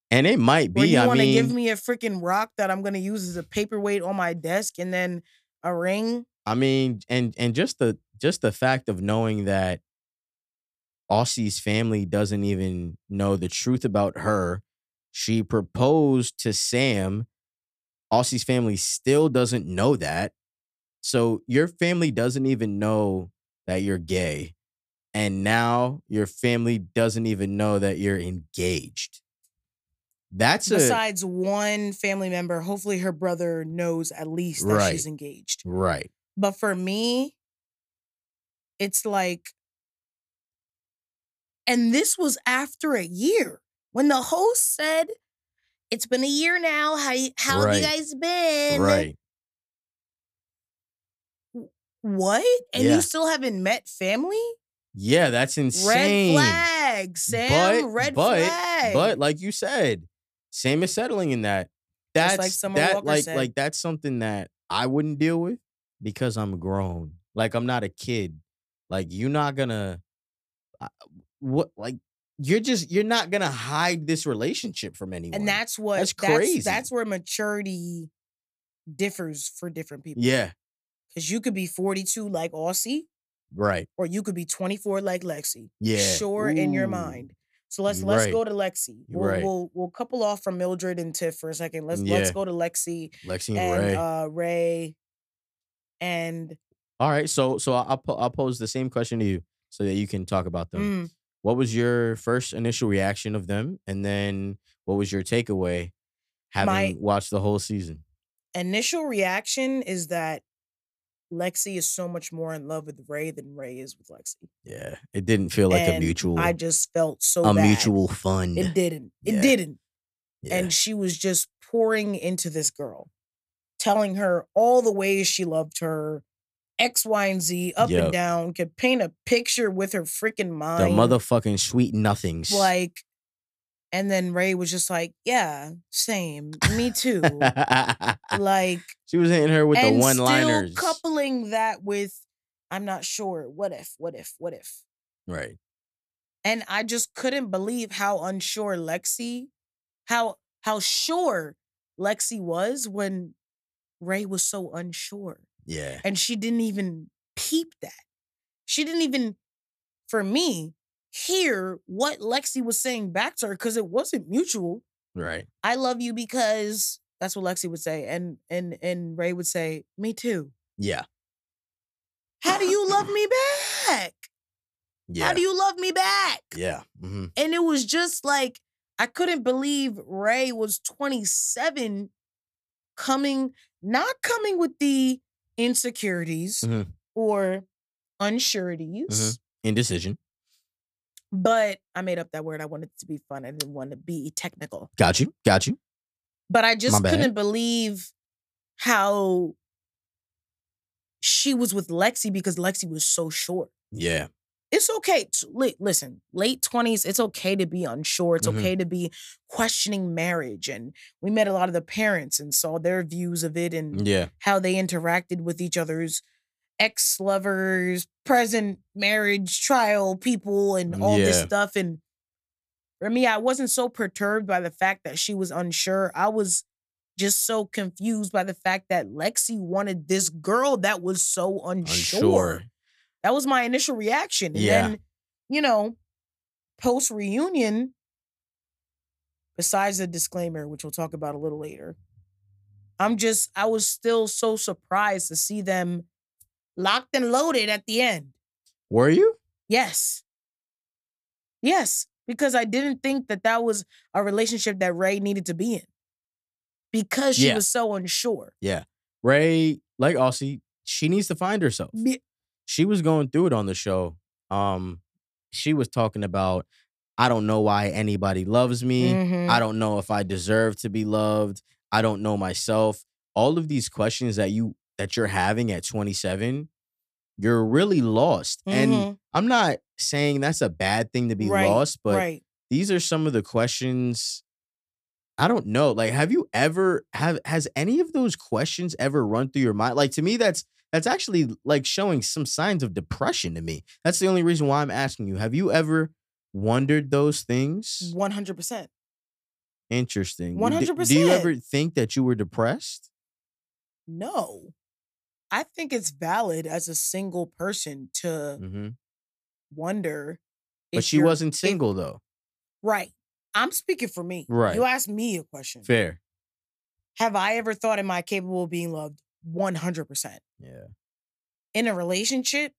Speaker 1: and it might
Speaker 2: Where
Speaker 1: be.
Speaker 2: you
Speaker 1: I
Speaker 2: want to
Speaker 1: mean,
Speaker 2: give me a freaking rock that I'm going to use as a paperweight on my desk and then a ring?
Speaker 1: I mean, and and just the just the fact of knowing that Aussie's family doesn't even know the truth about her. She proposed to Sam. Aussie's family still doesn't know that. So your family doesn't even know that you're gay. And now your family doesn't even know that you're engaged. That's a
Speaker 2: Besides one family member, hopefully her brother knows at least that
Speaker 1: Right.
Speaker 2: she's engaged.
Speaker 1: right.
Speaker 2: But for me, it's like, and this was after a year when the host said, "It's been a year now. How y- how have you
Speaker 1: Right.
Speaker 2: guys been?
Speaker 1: Right.
Speaker 2: What? And
Speaker 1: Yeah.
Speaker 2: you still haven't met family?
Speaker 1: Yeah, that's insane.
Speaker 2: Red flag, Sam. red flag.
Speaker 1: But like you said, Sam is settling in that.
Speaker 2: Just
Speaker 1: That's
Speaker 2: like
Speaker 1: like
Speaker 2: Summer
Speaker 1: that
Speaker 2: Walker
Speaker 1: like
Speaker 2: said.
Speaker 1: like that's something that I wouldn't deal with because I'm grown. Like I'm not a kid. Like you're not gonna I- what like you're just you're not gonna hide this relationship from anyone.
Speaker 2: And that's what
Speaker 1: That's crazy.
Speaker 2: That's, where maturity differs for different people.
Speaker 1: yeah,
Speaker 2: Because you could be 42 like Aussie,
Speaker 1: right.
Speaker 2: or you could be 24 like Lexi.
Speaker 1: Yeah.
Speaker 2: Sure in your
Speaker 1: Ooh,
Speaker 2: mind. So let's
Speaker 1: You're
Speaker 2: let's
Speaker 1: right.
Speaker 2: go to Lexi.
Speaker 1: You're
Speaker 2: We'll,
Speaker 1: right.
Speaker 2: we'll we'll couple off from Mildred and Tiff for a second. Let's let's
Speaker 1: Yeah.
Speaker 2: go to Lexi
Speaker 1: Lexi and
Speaker 2: and
Speaker 1: Ray.
Speaker 2: uh Ray and
Speaker 1: All right, so so I- I'll po- I'll pose the same question to you so that you can talk about them.
Speaker 2: mm,
Speaker 1: What was your first initial reaction of them, and then what was your takeaway having
Speaker 2: My-
Speaker 1: watched the whole season?
Speaker 2: initial reaction is that Lexi is so much more in love with Ray than Ray is with Lexi.
Speaker 1: Yeah, it didn't feel like a
Speaker 2: And
Speaker 1: mutual
Speaker 2: I just felt so
Speaker 1: a
Speaker 2: bad.
Speaker 1: mutual fund.
Speaker 2: It didn't. It
Speaker 1: Yeah.
Speaker 2: didn't.
Speaker 1: Yeah.
Speaker 2: And she was just pouring into this girl, telling her all the ways she loved her, X, Y, and Z, up
Speaker 1: Yep.
Speaker 2: and down, could paint a picture with her freaking
Speaker 1: the
Speaker 2: mind.
Speaker 1: motherfucking sweet nothings.
Speaker 2: Like, and then Ray was just like, yeah, same. Me too. like,
Speaker 1: she was hitting her with
Speaker 2: and
Speaker 1: the one liners.
Speaker 2: still coupling that with, I'm not sure. What if, what if, what if?
Speaker 1: Right.
Speaker 2: and I just couldn't believe how unsure Lexi, how how sure Lexi was when Ray was so unsure,
Speaker 1: Yeah.
Speaker 2: and she didn't even peep that. She didn't even, for me, hear what Lexi was saying back to her because it wasn't mutual.
Speaker 1: Right.
Speaker 2: I love you because that's what Lexi would say, and and and Ray would say, "Me too."
Speaker 1: Yeah.
Speaker 2: How do you love me back?
Speaker 1: Yeah.
Speaker 2: How do you love me back?
Speaker 1: yeah. hmm
Speaker 2: And it was just like, I couldn't believe Ray was 27 coming, not coming with the insecurities
Speaker 1: Mhm.
Speaker 2: or unsureties,
Speaker 1: Mhm. Indecision.
Speaker 2: but I made up that word. I wanted it to be fun. I didn't want to be technical.
Speaker 1: Got you. Got you.
Speaker 2: But I just
Speaker 1: bad.
Speaker 2: couldn't believe how she was with Lexi because Lexi was so short.
Speaker 1: Yeah.
Speaker 2: it's okay to li- listen late 20s it's okay to be unsure it's
Speaker 1: Mhm.
Speaker 2: okay to be questioning marriage and we met a lot of the parents and saw their views of it and
Speaker 1: Yeah.
Speaker 2: how they interacted with each other's ex-lovers present marriage trial people and all this
Speaker 1: Yeah.
Speaker 2: stuff and for me i wasn't so perturbed by the fact that she was unsure i was just so confused by the fact that lexi wanted this girl that was so unsure.
Speaker 1: Unsure.
Speaker 2: That was my initial reaction. And
Speaker 1: Yeah.
Speaker 2: then, you know, post reunion, besides the disclaimer, which we'll talk about a little later, I'm just, I was still so surprised to see them locked and loaded at the end.
Speaker 1: Were you?
Speaker 2: Yes. Yes. Because I didn't think that that was a relationship that Ray needed to be in because she
Speaker 1: Yeah.
Speaker 2: was so unsure.
Speaker 1: Ray, like Aussie, she needs to find herself.
Speaker 2: Be-
Speaker 1: She was going through it on the show. Um, she was talking about, I don't know why anybody loves me.
Speaker 2: Mhm.
Speaker 1: Mm, I don't know if I deserve to be loved. I don't know myself. All of these questions that you that you're having at 27, you're really lost. And
Speaker 2: Mhm.
Speaker 1: I'm not saying that's a bad thing to be
Speaker 2: Right,
Speaker 1: lost, but
Speaker 2: right.
Speaker 1: these are some of the questions I don't know. Like have you ever have has any of those questions ever run through your mind? Like to me that's that's actually like showing some signs of depression to me. That's the only reason why I'm asking you. Have you ever wondered those things?
Speaker 2: 100%.
Speaker 1: Interesting. You- d- Do you
Speaker 2: 100%.
Speaker 1: ever think that you were depressed?
Speaker 2: Uh, No. I think it's valid as a single person to
Speaker 1: Mm-hmm.
Speaker 2: wonder.
Speaker 1: But
Speaker 2: if
Speaker 1: she
Speaker 2: you're-
Speaker 1: wasn't single though.
Speaker 2: Right. I'm speaking for me.
Speaker 1: Right.
Speaker 2: You asked me a question.
Speaker 1: Fair.
Speaker 2: Have I ever thought, am I capable of being loved? 100%.
Speaker 1: Yeah.
Speaker 2: In a relationship,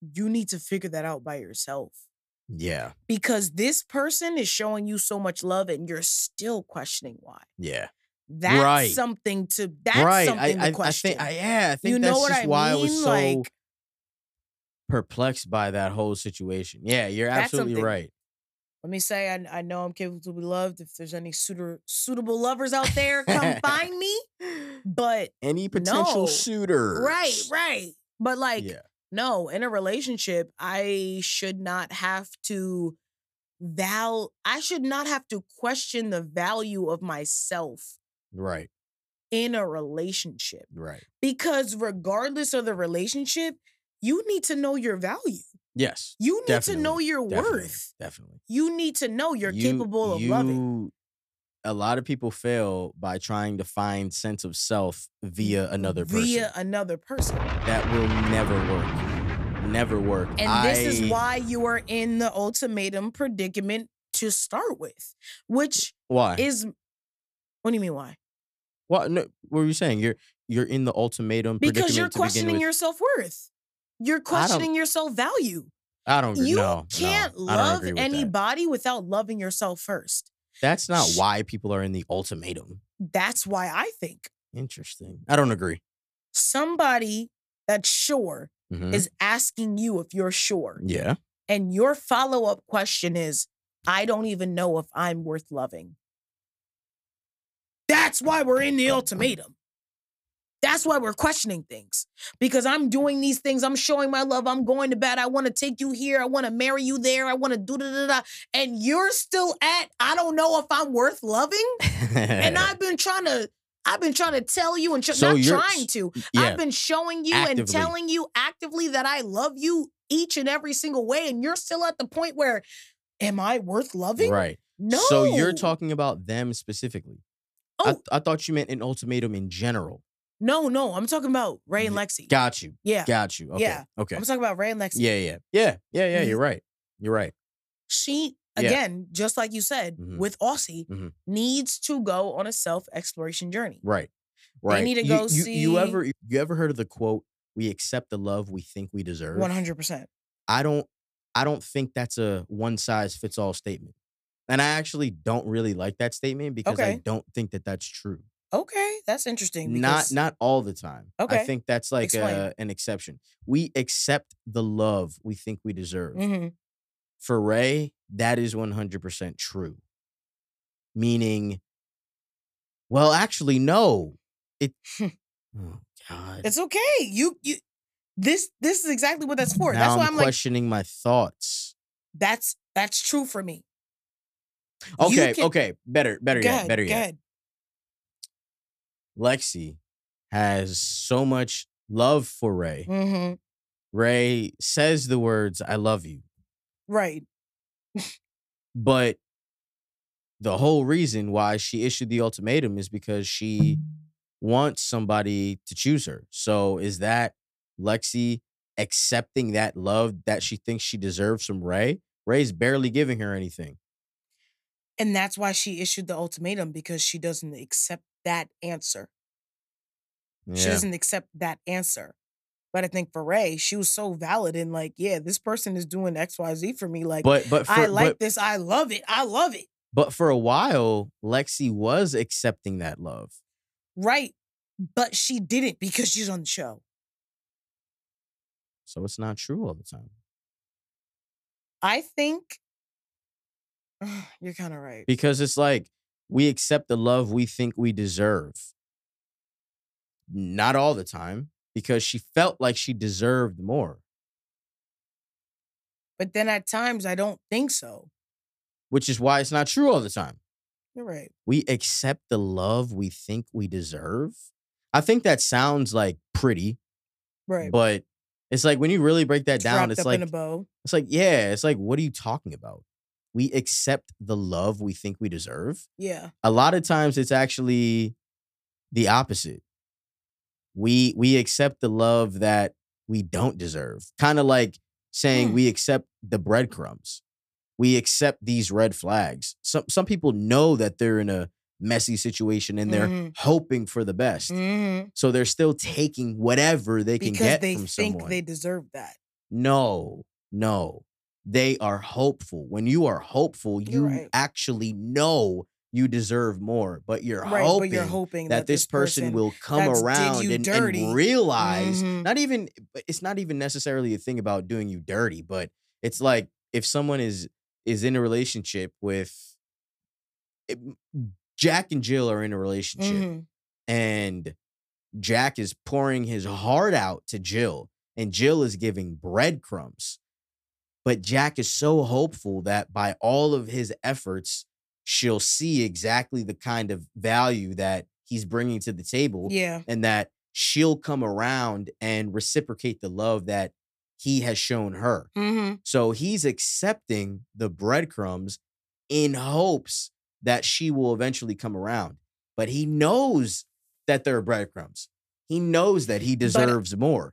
Speaker 2: you need to figure that out by yourself
Speaker 1: Yeah.
Speaker 2: because this person is showing you so much love and you're still questioning why.
Speaker 1: Yeah.
Speaker 2: That's
Speaker 1: Right.
Speaker 2: something to, that's
Speaker 1: right.
Speaker 2: something
Speaker 1: I,
Speaker 2: to
Speaker 1: I, I
Speaker 2: question.
Speaker 1: think. I, yeah. I think
Speaker 2: you
Speaker 1: that's
Speaker 2: know what
Speaker 1: just
Speaker 2: I
Speaker 1: why
Speaker 2: mean?
Speaker 1: I was so
Speaker 2: like,
Speaker 1: perplexed by that whole situation. Yeah. You're
Speaker 2: That's
Speaker 1: absolutely
Speaker 2: something-
Speaker 1: right.
Speaker 2: Let me say, I, I know I'm capable to be loved. If there's any suitor, suitable lovers out there, come find me. But
Speaker 1: Any potential
Speaker 2: No.
Speaker 1: suitor?
Speaker 2: right, right. But like,
Speaker 1: yeah.
Speaker 2: no, in a relationship, I should not have to val. I should not have to question the value of myself
Speaker 1: Right.
Speaker 2: in a relationship.
Speaker 1: Right.
Speaker 2: Because regardless of the relationship, you need to know your value.
Speaker 1: Yes.
Speaker 2: You need
Speaker 1: Definitely,
Speaker 2: to know your
Speaker 1: Definitely,
Speaker 2: worth.
Speaker 1: Definitely.
Speaker 2: You need to know you're
Speaker 1: You-
Speaker 2: capable of loving.
Speaker 1: you- A lot of people fail by trying to find sense of self via another
Speaker 2: via
Speaker 1: person.
Speaker 2: another person.
Speaker 1: That will never work. Never work.
Speaker 2: And this
Speaker 1: I-
Speaker 2: is why you are in the ultimatum predicament to start with, which
Speaker 1: Why?
Speaker 2: is what do you mean why?
Speaker 1: Well, no, what were you saying? You're you're in the ultimatum
Speaker 2: Because
Speaker 1: predicament
Speaker 2: you're
Speaker 1: to begin
Speaker 2: questioning
Speaker 1: with.
Speaker 2: your self worth. You're questioning your self value.
Speaker 1: I don't. agree-
Speaker 2: You
Speaker 1: Oh, no, no,
Speaker 2: can't
Speaker 1: I don't
Speaker 2: love
Speaker 1: agree with that.
Speaker 2: anybody without loving yourself first.
Speaker 1: That's not
Speaker 2: Sh-
Speaker 1: why people are in the ultimatum.
Speaker 2: That's why I think
Speaker 1: Interesting. I don't agree.
Speaker 2: somebody that's sure
Speaker 1: Mhm.
Speaker 2: is asking you if you're sure.
Speaker 1: yeah.
Speaker 2: And your follow up question is, I don't even know if I'm worth loving. That's why we're in the ultimatum. That's why we're questioning things because I'm doing these things. I'm showing my love. I'm going to bed. I want to take you here. I want to marry you there. I want to do da da da. And you're still at, I don't know if I'm worth loving. And I've been trying to, I've been trying to tell you and tr-
Speaker 1: So
Speaker 2: not
Speaker 1: you're-
Speaker 2: trying to.
Speaker 1: yeah.
Speaker 2: I've been showing you and
Speaker 1: actively.
Speaker 2: telling you actively that I love you each and every single way, and you're still at the point where, am I worth loving?
Speaker 1: right.
Speaker 2: No.
Speaker 1: So you're talking about them specifically. I,
Speaker 2: Oh.
Speaker 1: I thought you meant an ultimatum in general.
Speaker 2: No, no, I'm talking about Ray and
Speaker 1: Ye-
Speaker 2: Lexi.
Speaker 1: Got you.
Speaker 2: yeah,
Speaker 1: Got you. Okay.
Speaker 2: Yeah.
Speaker 1: Okay.
Speaker 2: I'm talking about Ray and Lexi.
Speaker 1: Yeah. Yeah. Yeah. Yeah. Yeah.
Speaker 2: Mhm.
Speaker 1: You're right. You're right.
Speaker 2: She
Speaker 1: Yeah.
Speaker 2: again, just like you said
Speaker 1: Mhm.
Speaker 2: with Aussie,
Speaker 1: Mhm.
Speaker 2: needs to go on a self exploration journey.
Speaker 1: Right. Right.
Speaker 2: need to
Speaker 1: you,
Speaker 2: go
Speaker 1: you,
Speaker 2: see-
Speaker 1: You ever you ever heard of the quote? We accept the love we think we deserve.
Speaker 2: One hundred percent.
Speaker 1: I don't I don't think that's a one size fits all statement. And I actually don't really like that statement because I
Speaker 2: Okay.
Speaker 1: don't think that that's true.
Speaker 2: Okay, that's interesting.
Speaker 1: Not
Speaker 2: because-
Speaker 1: not all the time. I
Speaker 2: Okay.
Speaker 1: think that's like
Speaker 2: Explain.
Speaker 1: a, an exception. We accept the love we think we deserve.
Speaker 2: Mhm.
Speaker 1: For Ray, that is 100% true. Meaning well, actually no. It Oh god.
Speaker 2: It's okay. You you. This this is exactly what that's for.
Speaker 1: now
Speaker 2: that's
Speaker 1: I'm
Speaker 2: why I'm like,
Speaker 1: questioning my thoughts.
Speaker 2: that's that's true for me. You
Speaker 1: Okay,
Speaker 2: can-
Speaker 1: okay. Better, better
Speaker 2: Go
Speaker 1: yet,
Speaker 2: ahead,
Speaker 1: better
Speaker 2: go
Speaker 1: yet.
Speaker 2: ahead.
Speaker 1: Lexi has so much love for Ray.
Speaker 2: Mhm.
Speaker 1: Mm-hmm. Ray says the words, I love you.
Speaker 2: Right.
Speaker 1: But the whole reason why she issued the ultimatum is because she wants somebody to choose her. So is that Lexi accepting that love that she thinks she deserves from Ray? Ray's barely giving her anything.
Speaker 2: And that's why she issued the ultimatum because she doesn't accept that answer. She
Speaker 1: Yeah.
Speaker 2: doesn't accept that answer. But I think for Ray, she was so valid in like, yeah, this person is doing XYZ for me. Like,
Speaker 1: But but for,
Speaker 2: I
Speaker 1: but
Speaker 2: like this. I love it. I love it.
Speaker 1: but for a while, Lexi was accepting that love.
Speaker 2: Right. But she didn't because she's on the show.
Speaker 1: So it's not true all the time.
Speaker 2: I think you're kind of right.
Speaker 1: because it's like we accept the love we think we deserve. Not all the time, because she felt like she deserved more,
Speaker 2: But then at times, I don't think so.
Speaker 1: which is why it's not true all the time.
Speaker 2: You're right.
Speaker 1: We accept the love we think we deserve. I think that sounds like pretty,
Speaker 2: Right.
Speaker 1: but it's like when you really break that
Speaker 2: It's
Speaker 1: down,
Speaker 2: wrapped
Speaker 1: it's
Speaker 2: up
Speaker 1: like
Speaker 2: in a bow.
Speaker 1: it's like yeah, it's like what are you talking about? We accept the love we think we deserve.
Speaker 2: Yeah.
Speaker 1: a lot of times it's actually the opposite. We we accept the love that we don't deserve. Kind of like saying
Speaker 2: Hmm.
Speaker 1: we accept the breadcrumbs. We accept these red flags. Some some people know that they're in a messy situation and they're
Speaker 2: Mhm.
Speaker 1: hoping for the best.
Speaker 2: Mhm.
Speaker 1: So they're still taking whatever they can
Speaker 2: because
Speaker 1: get
Speaker 2: they
Speaker 1: from
Speaker 2: think
Speaker 1: someone.
Speaker 2: they deserve that.
Speaker 1: No, no. They are hopeful. When you are hopeful,
Speaker 2: You're
Speaker 1: you
Speaker 2: right.
Speaker 1: actually know you deserve more, but you're
Speaker 2: Right,
Speaker 1: hoping
Speaker 2: but you're hoping
Speaker 1: that,
Speaker 2: that,
Speaker 1: this person, will come
Speaker 2: that's did
Speaker 1: around
Speaker 2: you
Speaker 1: and, and
Speaker 2: dirty.
Speaker 1: realize
Speaker 2: Mhm.
Speaker 1: not even but it's not even necessarily a thing about doing you dirty, but it's like if someone is is in a relationship with it- Jack and Jill are in a relationship
Speaker 2: Mhm.
Speaker 1: and Jack is pouring his heart out to Jill, and Jill is giving breadcrumbs. But Jack is so hopeful that by all of his efforts, she'll see exactly the kind of value that he's bringing to the table
Speaker 2: Yeah.
Speaker 1: and that she'll come around and reciprocate the love that he has shown her.
Speaker 2: Mm-hmm.
Speaker 1: So he's accepting the breadcrumbs in hopes that she will eventually come around. But he knows that there are breadcrumbs. He knows that he deserves more,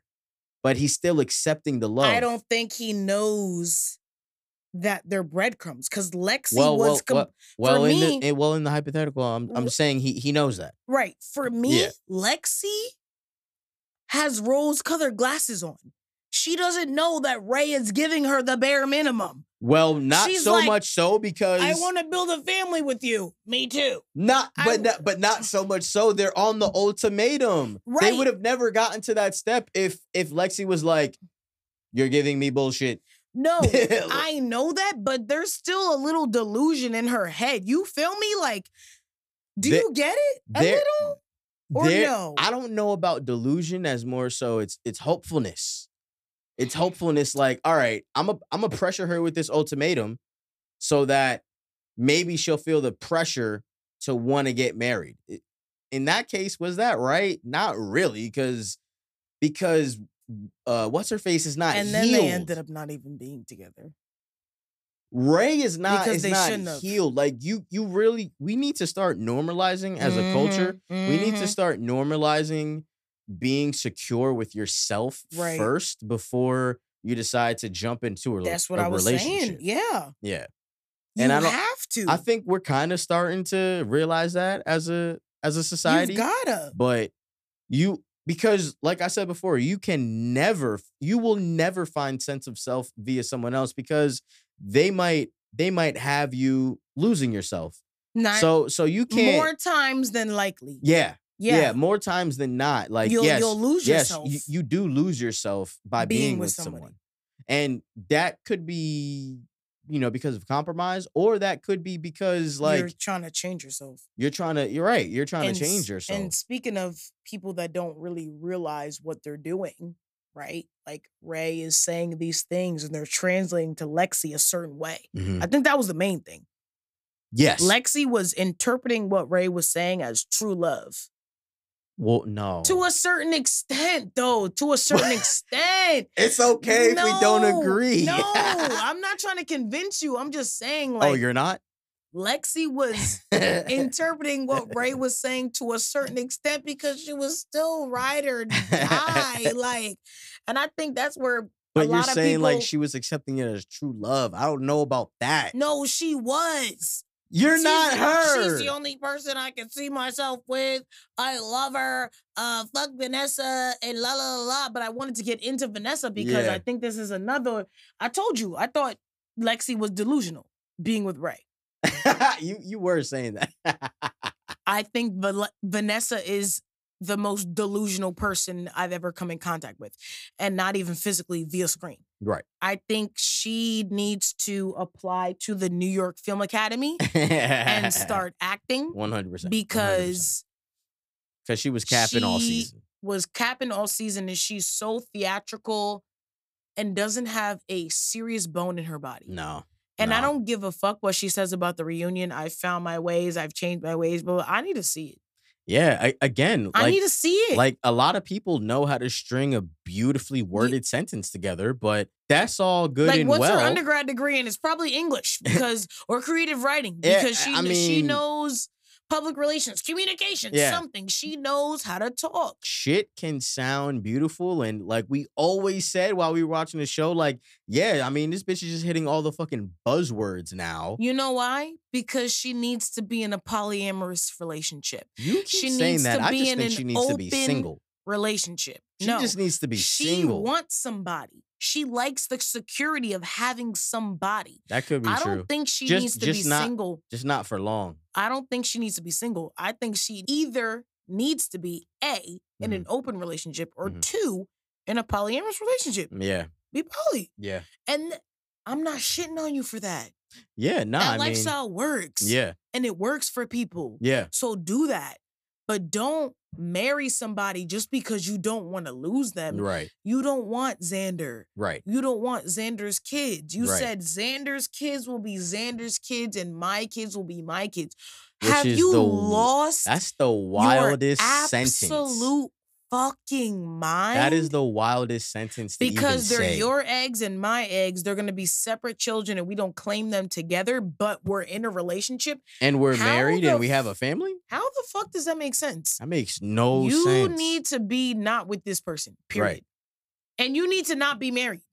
Speaker 1: but he's still accepting the love.
Speaker 2: I don't think he knows that they're breadcrumbs because Lexi
Speaker 1: Well,
Speaker 2: was
Speaker 1: well,
Speaker 2: com-
Speaker 1: well, well in
Speaker 2: me-
Speaker 1: the eh, well in the hypothetical, I'm I'm
Speaker 2: Wh-
Speaker 1: saying he he knows that.
Speaker 2: right for me.
Speaker 1: Yeah.
Speaker 2: Lexi has rose-colored glasses on. She doesn't know that Ray is giving her the bare minimum.
Speaker 1: Well, not
Speaker 2: She's
Speaker 1: so
Speaker 2: like,
Speaker 1: much so because
Speaker 2: I want to build a family with you. Me too.
Speaker 1: Not,
Speaker 2: I
Speaker 1: but
Speaker 2: w-
Speaker 1: not, but not so much. So they're on the ultimatum. They
Speaker 2: Right.
Speaker 1: would have never gotten to that step if if Lexi was like, "You're giving me bullshit."
Speaker 2: No,
Speaker 1: Look.
Speaker 2: I know that, but there's still a little delusion in her head. You feel me? Like, do
Speaker 1: There-
Speaker 2: you get it a
Speaker 1: there-
Speaker 2: little or
Speaker 1: There-
Speaker 2: no?
Speaker 1: I don't know about delusion as more so it's it's hopefulness. It's
Speaker 2: Mm-hmm.
Speaker 1: hopefulness. Like, all right, I'm a I'm a pressure her with this ultimatum, so that maybe she'll feel the pressure to want to get married. I- In that case, was that right? Not really, because because uh, what's her face is not
Speaker 2: and then
Speaker 1: healed.
Speaker 2: they ended up not even being together.
Speaker 1: Ray is not
Speaker 2: Because
Speaker 1: is
Speaker 2: they
Speaker 1: not
Speaker 2: shouldn't have.
Speaker 1: healed. Like you, you really. We need to start normalizing as
Speaker 2: Mm-hmm.
Speaker 1: a culture. We need to start normalizing being secure with yourself
Speaker 2: Right.
Speaker 1: first before you decide to jump into a, rel-
Speaker 2: Mm-hmm. That's what
Speaker 1: a
Speaker 2: I was saying.
Speaker 1: relationship.
Speaker 2: Yeah,
Speaker 1: Yeah,
Speaker 2: you
Speaker 1: And I don't-
Speaker 2: have to.
Speaker 1: I think we're kind of starting to realize that as a as a society.
Speaker 2: You've gotta.
Speaker 1: but you because like i said before you can never you will never find sense of self via someone else because they might they might have you losing yourself
Speaker 2: Not
Speaker 1: so so you can't
Speaker 2: more times than likely.
Speaker 1: yeah, yeah
Speaker 2: Yeah,
Speaker 1: more times than not like
Speaker 2: you'll
Speaker 1: yes
Speaker 2: you'll lose
Speaker 1: yes
Speaker 2: yourself.
Speaker 1: You, you do lose yourself by being, with,
Speaker 2: somebody.
Speaker 1: someone and that could be you know because of compromise or that could be because like
Speaker 2: you're
Speaker 1: you're,
Speaker 2: trying to change yourself.
Speaker 1: trying to you're right you're trying to
Speaker 2: s-
Speaker 1: change yourself
Speaker 2: And speaking of people that don't really realize what they're doing, right? Like Ray is saying these things and they're translating to Lexi a certain way.
Speaker 1: Mhm.
Speaker 2: I think that was the main thing.
Speaker 1: yes
Speaker 2: Lexi was interpreting what Ray was saying as true love.
Speaker 1: well no
Speaker 2: To a certain extent, though, to a certain extent.
Speaker 1: It's okay if we don't
Speaker 2: No,
Speaker 1: agree.
Speaker 2: No, I'm not trying to convince you. I'm just saying,
Speaker 1: oh,
Speaker 2: like,
Speaker 1: you're not?
Speaker 2: Lexi was interpreting what Ray was saying to a certain extent because she was still ride or die. like, and I think that's where
Speaker 1: but you're
Speaker 2: lot of
Speaker 1: saying like
Speaker 2: people-
Speaker 1: she was accepting it as true love. I don't know about that.
Speaker 2: no, she was.
Speaker 1: You're
Speaker 2: She's-
Speaker 1: not her.
Speaker 2: She's the only person I can see myself with. I love her. Uh, fuck Vanessa and la la la. la. But I wanted to get into Vanessa because
Speaker 1: Yeah.
Speaker 2: I think this is another. I told you, I thought Lexi was delusional being with Ray.
Speaker 1: you you were saying that.
Speaker 2: I think Val- Vanessa is the most delusional person I've ever come in contact with, and not even physically via screen.
Speaker 1: right.
Speaker 2: I think she needs to apply to the New York Film Academy and start acting
Speaker 1: 100%.
Speaker 2: because
Speaker 1: cuz she was capping all
Speaker 2: she-
Speaker 1: season.
Speaker 2: was capping all season and she's so theatrical and doesn't have a serious bone in her body.
Speaker 1: No.
Speaker 2: and I
Speaker 1: no.
Speaker 2: don't give a fuck what she says about the reunion. I've found my ways. I've changed my ways, but I need to see it.
Speaker 1: Yeah, I, again, like
Speaker 2: I need to see it.
Speaker 1: Like a lot of people know how to string a beautifully worded sentence together, but that's all good
Speaker 2: like
Speaker 1: and
Speaker 2: what's
Speaker 1: well.
Speaker 2: her undergrad degree in? It's probably English because or creative writing
Speaker 1: Yeah,
Speaker 2: because she
Speaker 1: Eh, I
Speaker 2: kn- she
Speaker 1: mean-
Speaker 2: knows public relations, communication,
Speaker 1: Yeah.
Speaker 2: something. She knows how to talk.
Speaker 1: shit can sound beautiful and like we always said while we were watching the show like yeah i mean this bitch is just hitting all the fucking buzzwords now
Speaker 2: You know why? Because she needs to be in a polyamorous relationship.
Speaker 1: you keep
Speaker 2: she
Speaker 1: saying
Speaker 2: needs
Speaker 1: that
Speaker 2: to
Speaker 1: i
Speaker 2: be
Speaker 1: just
Speaker 2: in
Speaker 1: think
Speaker 2: an
Speaker 1: she needs to be
Speaker 2: open
Speaker 1: single
Speaker 2: Relationship.
Speaker 1: she
Speaker 2: no.
Speaker 1: just needs to be
Speaker 2: she
Speaker 1: single
Speaker 2: wants somebody. She likes the security of having somebody.
Speaker 1: that could be
Speaker 2: I don't
Speaker 1: true
Speaker 2: think she
Speaker 1: Just-
Speaker 2: needs to
Speaker 1: just
Speaker 2: be
Speaker 1: not-
Speaker 2: single
Speaker 1: just not for long
Speaker 2: I don't think she needs to be single. I think she either needs to be A, in
Speaker 1: Mm-hmm.
Speaker 2: an open relationship, or
Speaker 1: Mhm.
Speaker 2: two, in a polyamorous relationship.
Speaker 1: yeah
Speaker 2: Be poly.
Speaker 1: yeah
Speaker 2: And I'm not shitting on you for that.
Speaker 1: yeah no
Speaker 2: that
Speaker 1: i mean
Speaker 2: lifestyle works.
Speaker 1: yeah
Speaker 2: And it works for people.
Speaker 1: yeah
Speaker 2: So do that. But don't marry somebody just because you don't want to lose them.
Speaker 1: right
Speaker 2: You don't want Xander.
Speaker 1: right
Speaker 2: You don't want Xander's kids. You
Speaker 1: Right.
Speaker 2: said Xander's kids will be Xander's kids and my kids will be my kids.
Speaker 1: Which
Speaker 2: Have
Speaker 1: is
Speaker 2: you
Speaker 1: the-
Speaker 2: lost
Speaker 1: That's the
Speaker 2: your
Speaker 1: wildest
Speaker 2: absolute
Speaker 1: sentence.
Speaker 2: fucking mind?
Speaker 1: That is the wildest sentence to even
Speaker 2: because they're
Speaker 1: say.
Speaker 2: your eggs and my eggs. They're gonna be separate children, and we don't claim them together. But we're in a relationship.
Speaker 1: and we're
Speaker 2: how
Speaker 1: married
Speaker 2: the
Speaker 1: and we have a
Speaker 2: f-
Speaker 1: family?
Speaker 2: How the fuck does that make sense?
Speaker 1: That makes no
Speaker 2: you
Speaker 1: sense.
Speaker 2: need to be not with this person. Period.
Speaker 1: Right.
Speaker 2: And you need to not be married.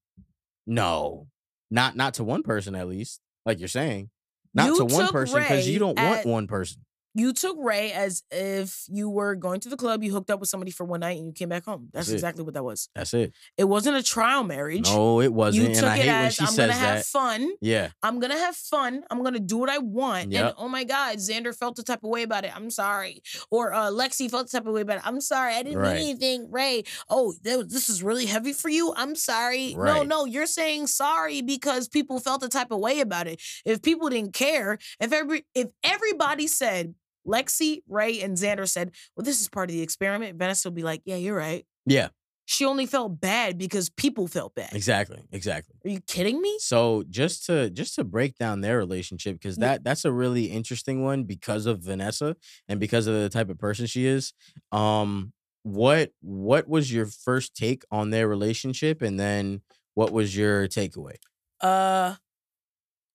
Speaker 1: No, not not to one person at least. Like you're saying, not
Speaker 2: You
Speaker 1: to one
Speaker 2: took
Speaker 1: person because
Speaker 2: Ray
Speaker 1: you don't
Speaker 2: at-
Speaker 1: want one person.
Speaker 2: You took Ray as if you were going to the club, you hooked up with somebody for one night, and you came back home. That's
Speaker 1: That's it.
Speaker 2: exactly what that was.
Speaker 1: That's it.
Speaker 2: It wasn't a trial marriage.
Speaker 1: No, it
Speaker 2: you
Speaker 1: wasn't.
Speaker 2: took
Speaker 1: and I
Speaker 2: it
Speaker 1: hate when
Speaker 2: as
Speaker 1: she
Speaker 2: I'm
Speaker 1: says
Speaker 2: gonna have
Speaker 1: that.
Speaker 2: fun.
Speaker 1: Yeah,
Speaker 2: I'm gonna have fun. I'm gonna do what I want. And
Speaker 1: Yep.
Speaker 2: oh my God, Xander felt the type of way about it. I'm sorry. Or uh, Lexi felt the type of way about it. I'm sorry. I didn't
Speaker 1: Right.
Speaker 2: mean anything. Ray, oh, that was- this is really heavy for you. I'm sorry. No,
Speaker 1: Right.
Speaker 2: no, you're saying sorry because people felt the type of way about it. If people didn't care, if every if everybody said Lexi, Ray, and Xander said, "Well, this is part of the experiment," Venice will be like, "Yeah, you're right."
Speaker 1: yeah,
Speaker 2: She only felt bad because people felt bad.
Speaker 1: exactly, exactly.
Speaker 2: Are you kidding me?
Speaker 1: So just to just to break down their relationship because
Speaker 2: Yeah.
Speaker 1: that that's a really interesting one because of Vanessa and because of the type of person she is. Um, what what was your first take on their relationship, and then what was your takeaway?
Speaker 2: uh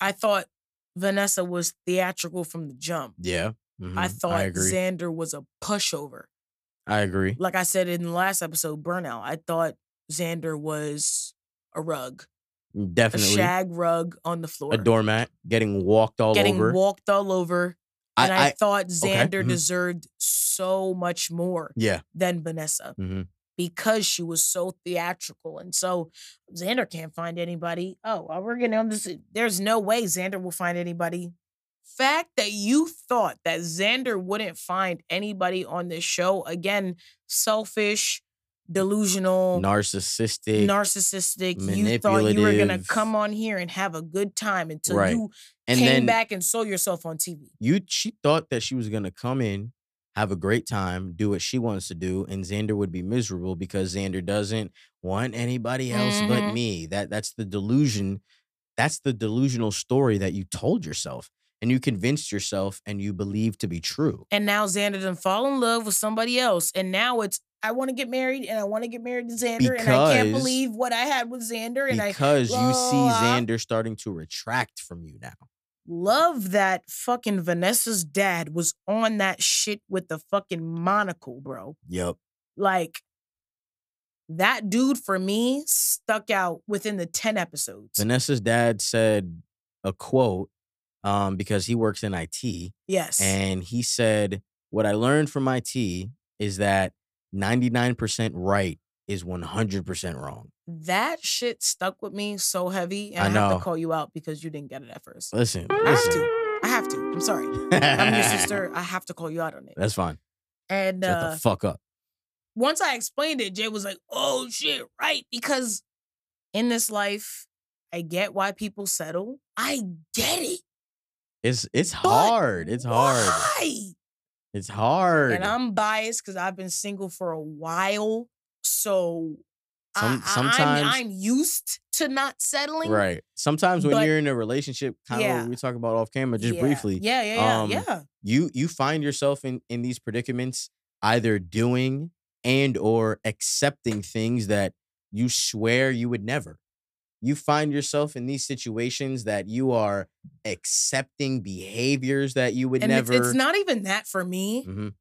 Speaker 2: I thought Vanessa was theatrical from the jump.
Speaker 1: Yeah, mhm,
Speaker 2: I thought
Speaker 1: I agree.
Speaker 2: Xander was a pushover.
Speaker 1: I agree.
Speaker 2: Like I said in the last episode, burnout. I thought Xander was a rug, a
Speaker 1: Definitely.
Speaker 2: shag rug on the floor,
Speaker 1: a doormat, getting walked all
Speaker 2: getting
Speaker 1: over.
Speaker 2: walked all over.
Speaker 1: I,
Speaker 2: and I,
Speaker 1: I-
Speaker 2: thought Xander
Speaker 1: mhm.
Speaker 2: deserved so much more
Speaker 1: yeah,
Speaker 2: than Vanessa
Speaker 1: hmm
Speaker 2: because she was so theatrical. And so Xander can't find anybody. Oh, well, we're getting on this. There's no way Xander will find anybody. Fact that you thought that Xander wouldn't find anybody on this show again, selfish,
Speaker 1: Oh.
Speaker 2: delusional,
Speaker 1: narcissistic.
Speaker 2: narcissistic. You thought you were gonna
Speaker 1: manipulative.
Speaker 2: come on here and have a good time until
Speaker 1: Right.
Speaker 2: you
Speaker 1: and
Speaker 2: came
Speaker 1: then
Speaker 2: back and saw yourself on TV.
Speaker 1: you, she thought that she was gonna come in, have a great time, do what she wants to do, and Xander would be miserable because Xander doesn't want anybody else
Speaker 2: Mhm.
Speaker 1: but me. That that's the delusion. That's the delusional story that you told yourself and you convinced yourself and you believed to be true.
Speaker 2: And now Xander done fall in love with somebody else. And now it's I want to get married and I want to get married to Xander and I can't
Speaker 1: Because-
Speaker 2: believe what I had with Xander and I
Speaker 1: Because you see
Speaker 2: Well, uh" I-
Speaker 1: Xander starting to retract from you now.
Speaker 2: love that fucking Vanessa's dad was on that shit with the fucking monocle, bro.
Speaker 1: Yep.
Speaker 2: Like that dude for me stuck out within the 10 episodes.
Speaker 1: Vanessa's dad said a quote um, because he works in IT,
Speaker 2: yes.
Speaker 1: and he said, "What I learned from IT is that 99% right is 100% wrong."
Speaker 2: that shit stuck with me so heavy. And I,
Speaker 1: I
Speaker 2: have
Speaker 1: know.
Speaker 2: to call you out because you didn't get it at first.
Speaker 1: Listen,
Speaker 2: Mm, I have
Speaker 1: listen.
Speaker 2: to. I have to. I'm sorry. I'm your sister. I have to call you out on it.
Speaker 1: That's fine.
Speaker 2: And
Speaker 1: Shut
Speaker 2: uh,
Speaker 1: the fuck up.
Speaker 2: once I explained it, Jay was like, oh shit, right. Because in this life, I get why people settle. I get it.
Speaker 1: It's it's
Speaker 2: but
Speaker 1: hard. It's hard.
Speaker 2: why?
Speaker 1: It's hard.
Speaker 2: And I'm biased because I've been single for a while. So
Speaker 1: Some-
Speaker 2: I, am
Speaker 1: sometimes-
Speaker 2: I'm used to not settling.
Speaker 1: right. Sometimes when
Speaker 2: but-
Speaker 1: you're in a relationship, kind of
Speaker 2: Yeah.
Speaker 1: what we talk about off camera, just
Speaker 2: Yeah.
Speaker 1: briefly.
Speaker 2: Yeah, yeah, yeah.
Speaker 1: um,
Speaker 2: yeah.
Speaker 1: you you find yourself in in these predicaments either doing and or accepting things that you swear you would never you find yourself in these situations that you are accepting behaviors that you would
Speaker 2: And it's,
Speaker 1: never
Speaker 2: it's not even that for me.
Speaker 1: Mhm.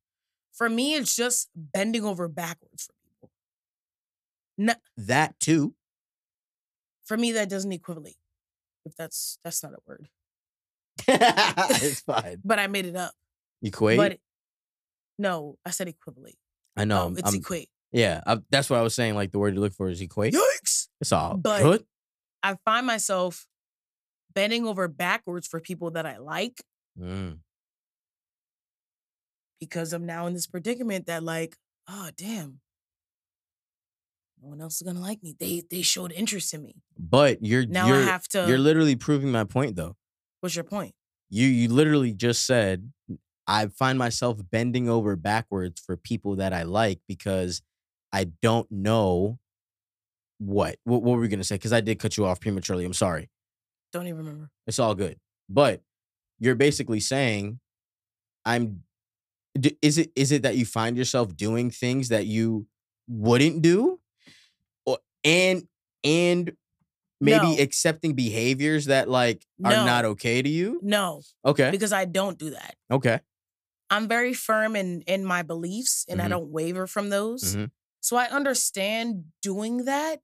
Speaker 2: For me, it's just bending over backwards for people.
Speaker 1: that too
Speaker 2: For me, that doesn't equivalent. If that's that's not a word.
Speaker 1: it's fine
Speaker 2: But I made it up.
Speaker 1: equate
Speaker 2: But it- no, I said equivalent.
Speaker 1: i know
Speaker 2: No,
Speaker 1: I'm-
Speaker 2: it's
Speaker 1: I'm-
Speaker 2: equate.
Speaker 1: yeah I, that's what i was saying like the word you look for is equate
Speaker 2: Yikes!
Speaker 1: it's all
Speaker 2: but-
Speaker 1: good
Speaker 2: I find myself bending over backwards for people that I like
Speaker 1: Mm,
Speaker 2: because I'm now in this predicament that like, oh damn, no one else is gonna like me. They they showed interest in me.
Speaker 1: but you're
Speaker 2: Now
Speaker 1: you're
Speaker 2: I have to.
Speaker 1: you're literally proving my point though
Speaker 2: what's your point?
Speaker 1: you you literally just said I find myself bending over backwards for people that I like because I don't know what what, what were we gonna say because I did cut you off prematurely. I'm sorry.
Speaker 2: Don't even remember.
Speaker 1: It's all good, but you're basically saying I'm d- is it is it that you find yourself doing things that you wouldn't do or and and maybe
Speaker 2: No.
Speaker 1: accepting behaviors that like are
Speaker 2: No.
Speaker 1: not okay to you?
Speaker 2: No,
Speaker 1: Okay.
Speaker 2: because I don't do that.
Speaker 1: Okay.
Speaker 2: I'm very firm in in my beliefs and I
Speaker 1: Mhm.
Speaker 2: don't waver from those.
Speaker 1: Mhm.
Speaker 2: So I understand doing that,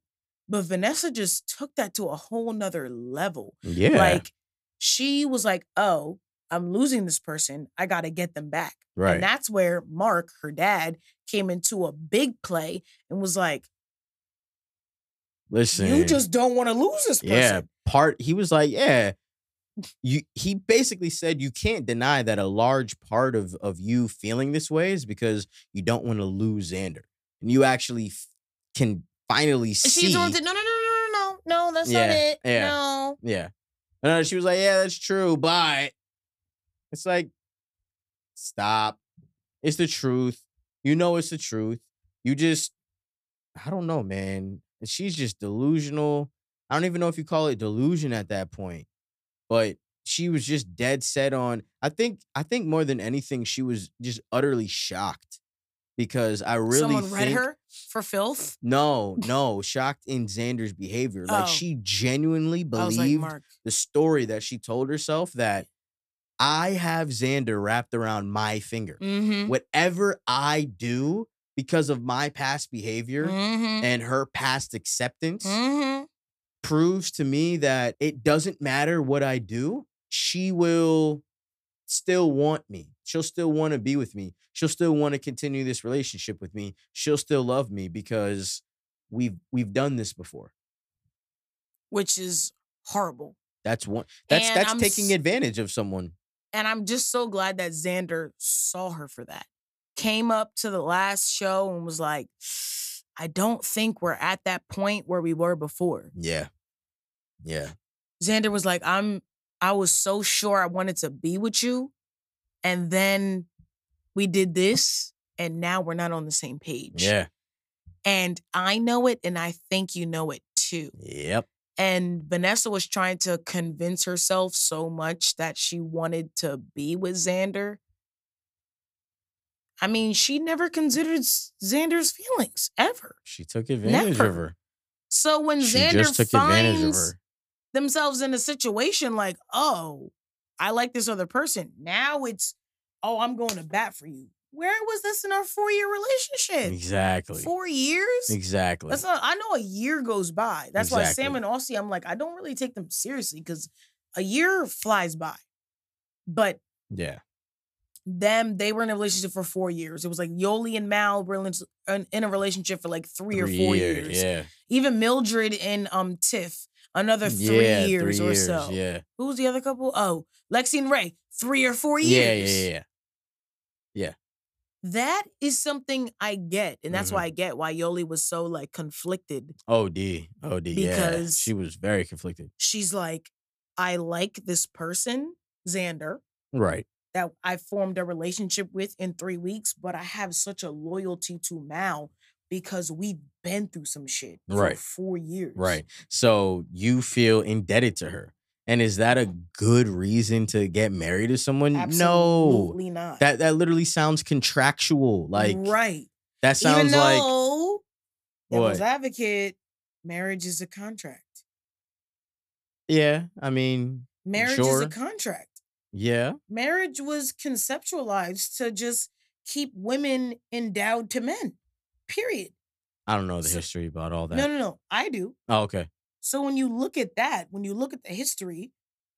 Speaker 2: but Vanessa just took that to a whole nother level.
Speaker 1: Yeah.
Speaker 2: Like she was like, "Oh, I'm losing this person. I got to get them back."
Speaker 1: right.
Speaker 2: And that's where Mark, her dad, came into a big play and was like,
Speaker 1: Listen.
Speaker 2: "You just don't want to lose this person."
Speaker 1: yeah, part he was like, yeah. You he basically said you can't deny that a large part of of you feeling this way is because you don't want to lose Xander. And you actually f- can finally
Speaker 2: And
Speaker 1: see
Speaker 2: she's the one that, "No, no, no, no, no, no, no. That's
Speaker 1: Yeah,
Speaker 2: not it.
Speaker 1: yeah.
Speaker 2: No."
Speaker 1: Yeah. And uh, she was like, yeah, that's true, but it's like, stop. It's the truth. You know it's the truth. You just, I don't know, man. And she's just delusional. I don't even know if you call it delusion at that point. But she was just dead set on I think I think more than anything, she was just utterly shocked. Because I really
Speaker 2: Someone read
Speaker 1: think-
Speaker 2: her for filth.
Speaker 1: No, no, shocked in Xander's behavior. Like
Speaker 2: Oh.
Speaker 1: she genuinely
Speaker 2: I was like,
Speaker 1: believed
Speaker 2: "Mark,
Speaker 1: the story that she told herself that I have Xander wrapped around my finger.
Speaker 2: mm-hmm,
Speaker 1: Whatever I do because of my past behavior
Speaker 2: mm-hmm,
Speaker 1: and her past acceptance
Speaker 2: mm-hmm."
Speaker 1: proves to me that it doesn't matter what I do, she will still want me. She'll still want to be with me. She'll still want to continue this relationship with me. She'll still love me because we've we've done this before.
Speaker 2: which is horrible.
Speaker 1: That's one that's
Speaker 2: And
Speaker 1: that's
Speaker 2: I'm s-
Speaker 1: taking advantage of someone.
Speaker 2: And I'm just so glad that Xander saw her for that. Came up to the last show and was like, I don't think we're at that point where we were before.
Speaker 1: Yeah. Yeah.
Speaker 2: Xander was like, I'm I was so sure I wanted to be with you. And then we did this and now we're not on the same page.
Speaker 1: Yeah.
Speaker 2: And I know it and I think you know it too.
Speaker 1: Yep.
Speaker 2: And Vanessa was trying to convince herself so much that she wanted to be with Xander. I mean, she never considered S- Xander's feelings ever.
Speaker 1: She took advantage
Speaker 2: Never.
Speaker 1: of her.
Speaker 2: So when
Speaker 1: She
Speaker 2: Xander
Speaker 1: just took advantage of
Speaker 2: finds
Speaker 1: her.
Speaker 2: themselves in a situation like, oh, I like this other person, now it's, oh, I'm going to bat for you. Where was this in our four year relationship?
Speaker 1: Exactly.
Speaker 2: Four years?
Speaker 1: Exactly.
Speaker 2: That's not. I know a year goes by. That's why
Speaker 1: Exactly.
Speaker 2: Sam and Aussie. I'm like, I don't really take them seriously because a year flies by. But
Speaker 1: yeah.
Speaker 2: them, they were in a relationship for four years. It was like Yoli and Mal were in- in- in a relationship for like three, or four
Speaker 1: year-
Speaker 2: years.
Speaker 1: Yeah.
Speaker 2: Even Mildred and um Tiff, another three
Speaker 1: yeah,
Speaker 2: years
Speaker 1: three
Speaker 2: or
Speaker 1: years,
Speaker 2: so.
Speaker 1: Yeah.
Speaker 2: Who was the other couple? Oh, Lexi and Ray, three or four years.
Speaker 1: Yeah, yeah, yeah, yeah.
Speaker 2: That is something I get, and that's
Speaker 1: Mhm.
Speaker 2: why I get why Yoli was so like conflicted
Speaker 1: OD. OD. yeah.
Speaker 2: Because-
Speaker 1: She was very conflicted.
Speaker 2: she's like, I like this person, Xander,
Speaker 1: Right.
Speaker 2: that I formed a relationship with in three weeks, but I have such a loyalty to Mal because we've been through some shit
Speaker 1: Right.
Speaker 2: for four years.
Speaker 1: Right. So you feel indebted to her. And is that a good reason to get married to someone? No.
Speaker 2: Absolutely not.
Speaker 1: That that literally sounds contractual. Like
Speaker 2: right.
Speaker 1: that
Speaker 2: Even
Speaker 1: sounds like
Speaker 2: though devil's
Speaker 1: What?
Speaker 2: advocate, marriage is a contract.
Speaker 1: Yeah. I mean,
Speaker 2: Marriage is a
Speaker 1: Sure.
Speaker 2: contract.
Speaker 1: yeah.
Speaker 2: Marriage was conceptualized to just keep women endowed to men. Period.
Speaker 1: I don't know the
Speaker 2: So-
Speaker 1: history about all that.
Speaker 2: No, no, no. I do.
Speaker 1: Oh, okay.
Speaker 2: So when you look at that, when you look at the history,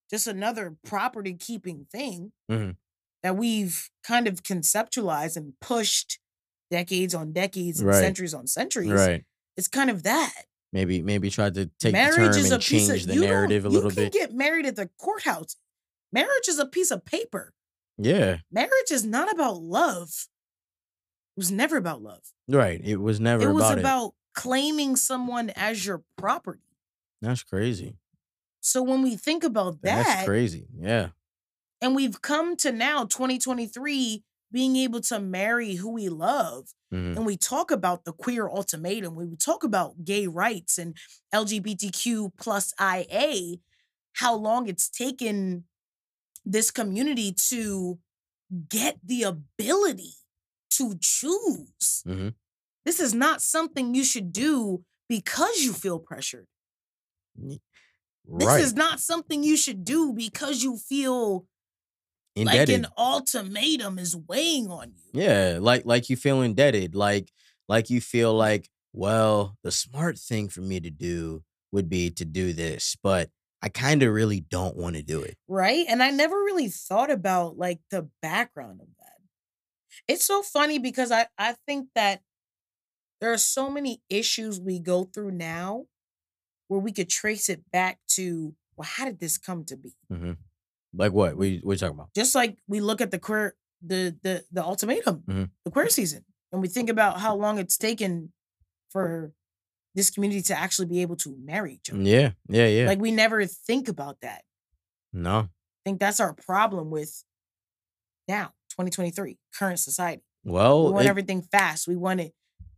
Speaker 2: just another property keeping thing
Speaker 1: Mhm.
Speaker 2: that we've kind of conceptualized and pushed decades on decades and
Speaker 1: Right.
Speaker 2: centuries on centuries.
Speaker 1: Right.
Speaker 2: It's kind of that.
Speaker 1: Maybe maybe tried to take the term and change the
Speaker 2: you don't-
Speaker 1: narrative a little
Speaker 2: you can
Speaker 1: bit.
Speaker 2: get married at the courthouse. Marriage is a piece of paper.
Speaker 1: yeah.
Speaker 2: Marriage is not about love. It was never about love.
Speaker 1: Right. It was never
Speaker 2: it was
Speaker 1: about,
Speaker 2: about claiming someone as your property.
Speaker 1: it. That's crazy.
Speaker 2: So when we think about that,
Speaker 1: That's crazy. Yeah.
Speaker 2: And we've come to now 2023 being able to marry who we love.
Speaker 1: Mhm.
Speaker 2: And we talk about the queer ultimatum. We talk about gay rights and LGBTQ plus IA, how long it's taken this community to get the ability to choose.
Speaker 1: Mhm.
Speaker 2: This is not something you should do because you feel pressured. This
Speaker 1: right.
Speaker 2: is not something you should do because you feel like
Speaker 1: Indebted.
Speaker 2: an ultimatum is weighing on you.
Speaker 1: yeah, like like you feel indebted, like like you feel like, well, the smart thing for me to do would be to do this, but I kind of really don't want to do it.
Speaker 2: right? And I never really thought about like the background of that. It's so funny because I I think that there are so many issues we go through now where we could trace it back to well, how did this come to be?
Speaker 1: Like what? What you, what you talking about?
Speaker 2: Just like we look at the queer the the the ultimatum,
Speaker 1: Mhm.
Speaker 2: the queer season, and we think about how long it's taken for this community to actually be able to marry each other.
Speaker 1: Yeah, yeah, yeah.
Speaker 2: Like we never think about that.
Speaker 1: no.
Speaker 2: I think that's our problem with now 2023 current society we
Speaker 1: Well,
Speaker 2: want
Speaker 1: Oh, it-
Speaker 2: everything fast we want it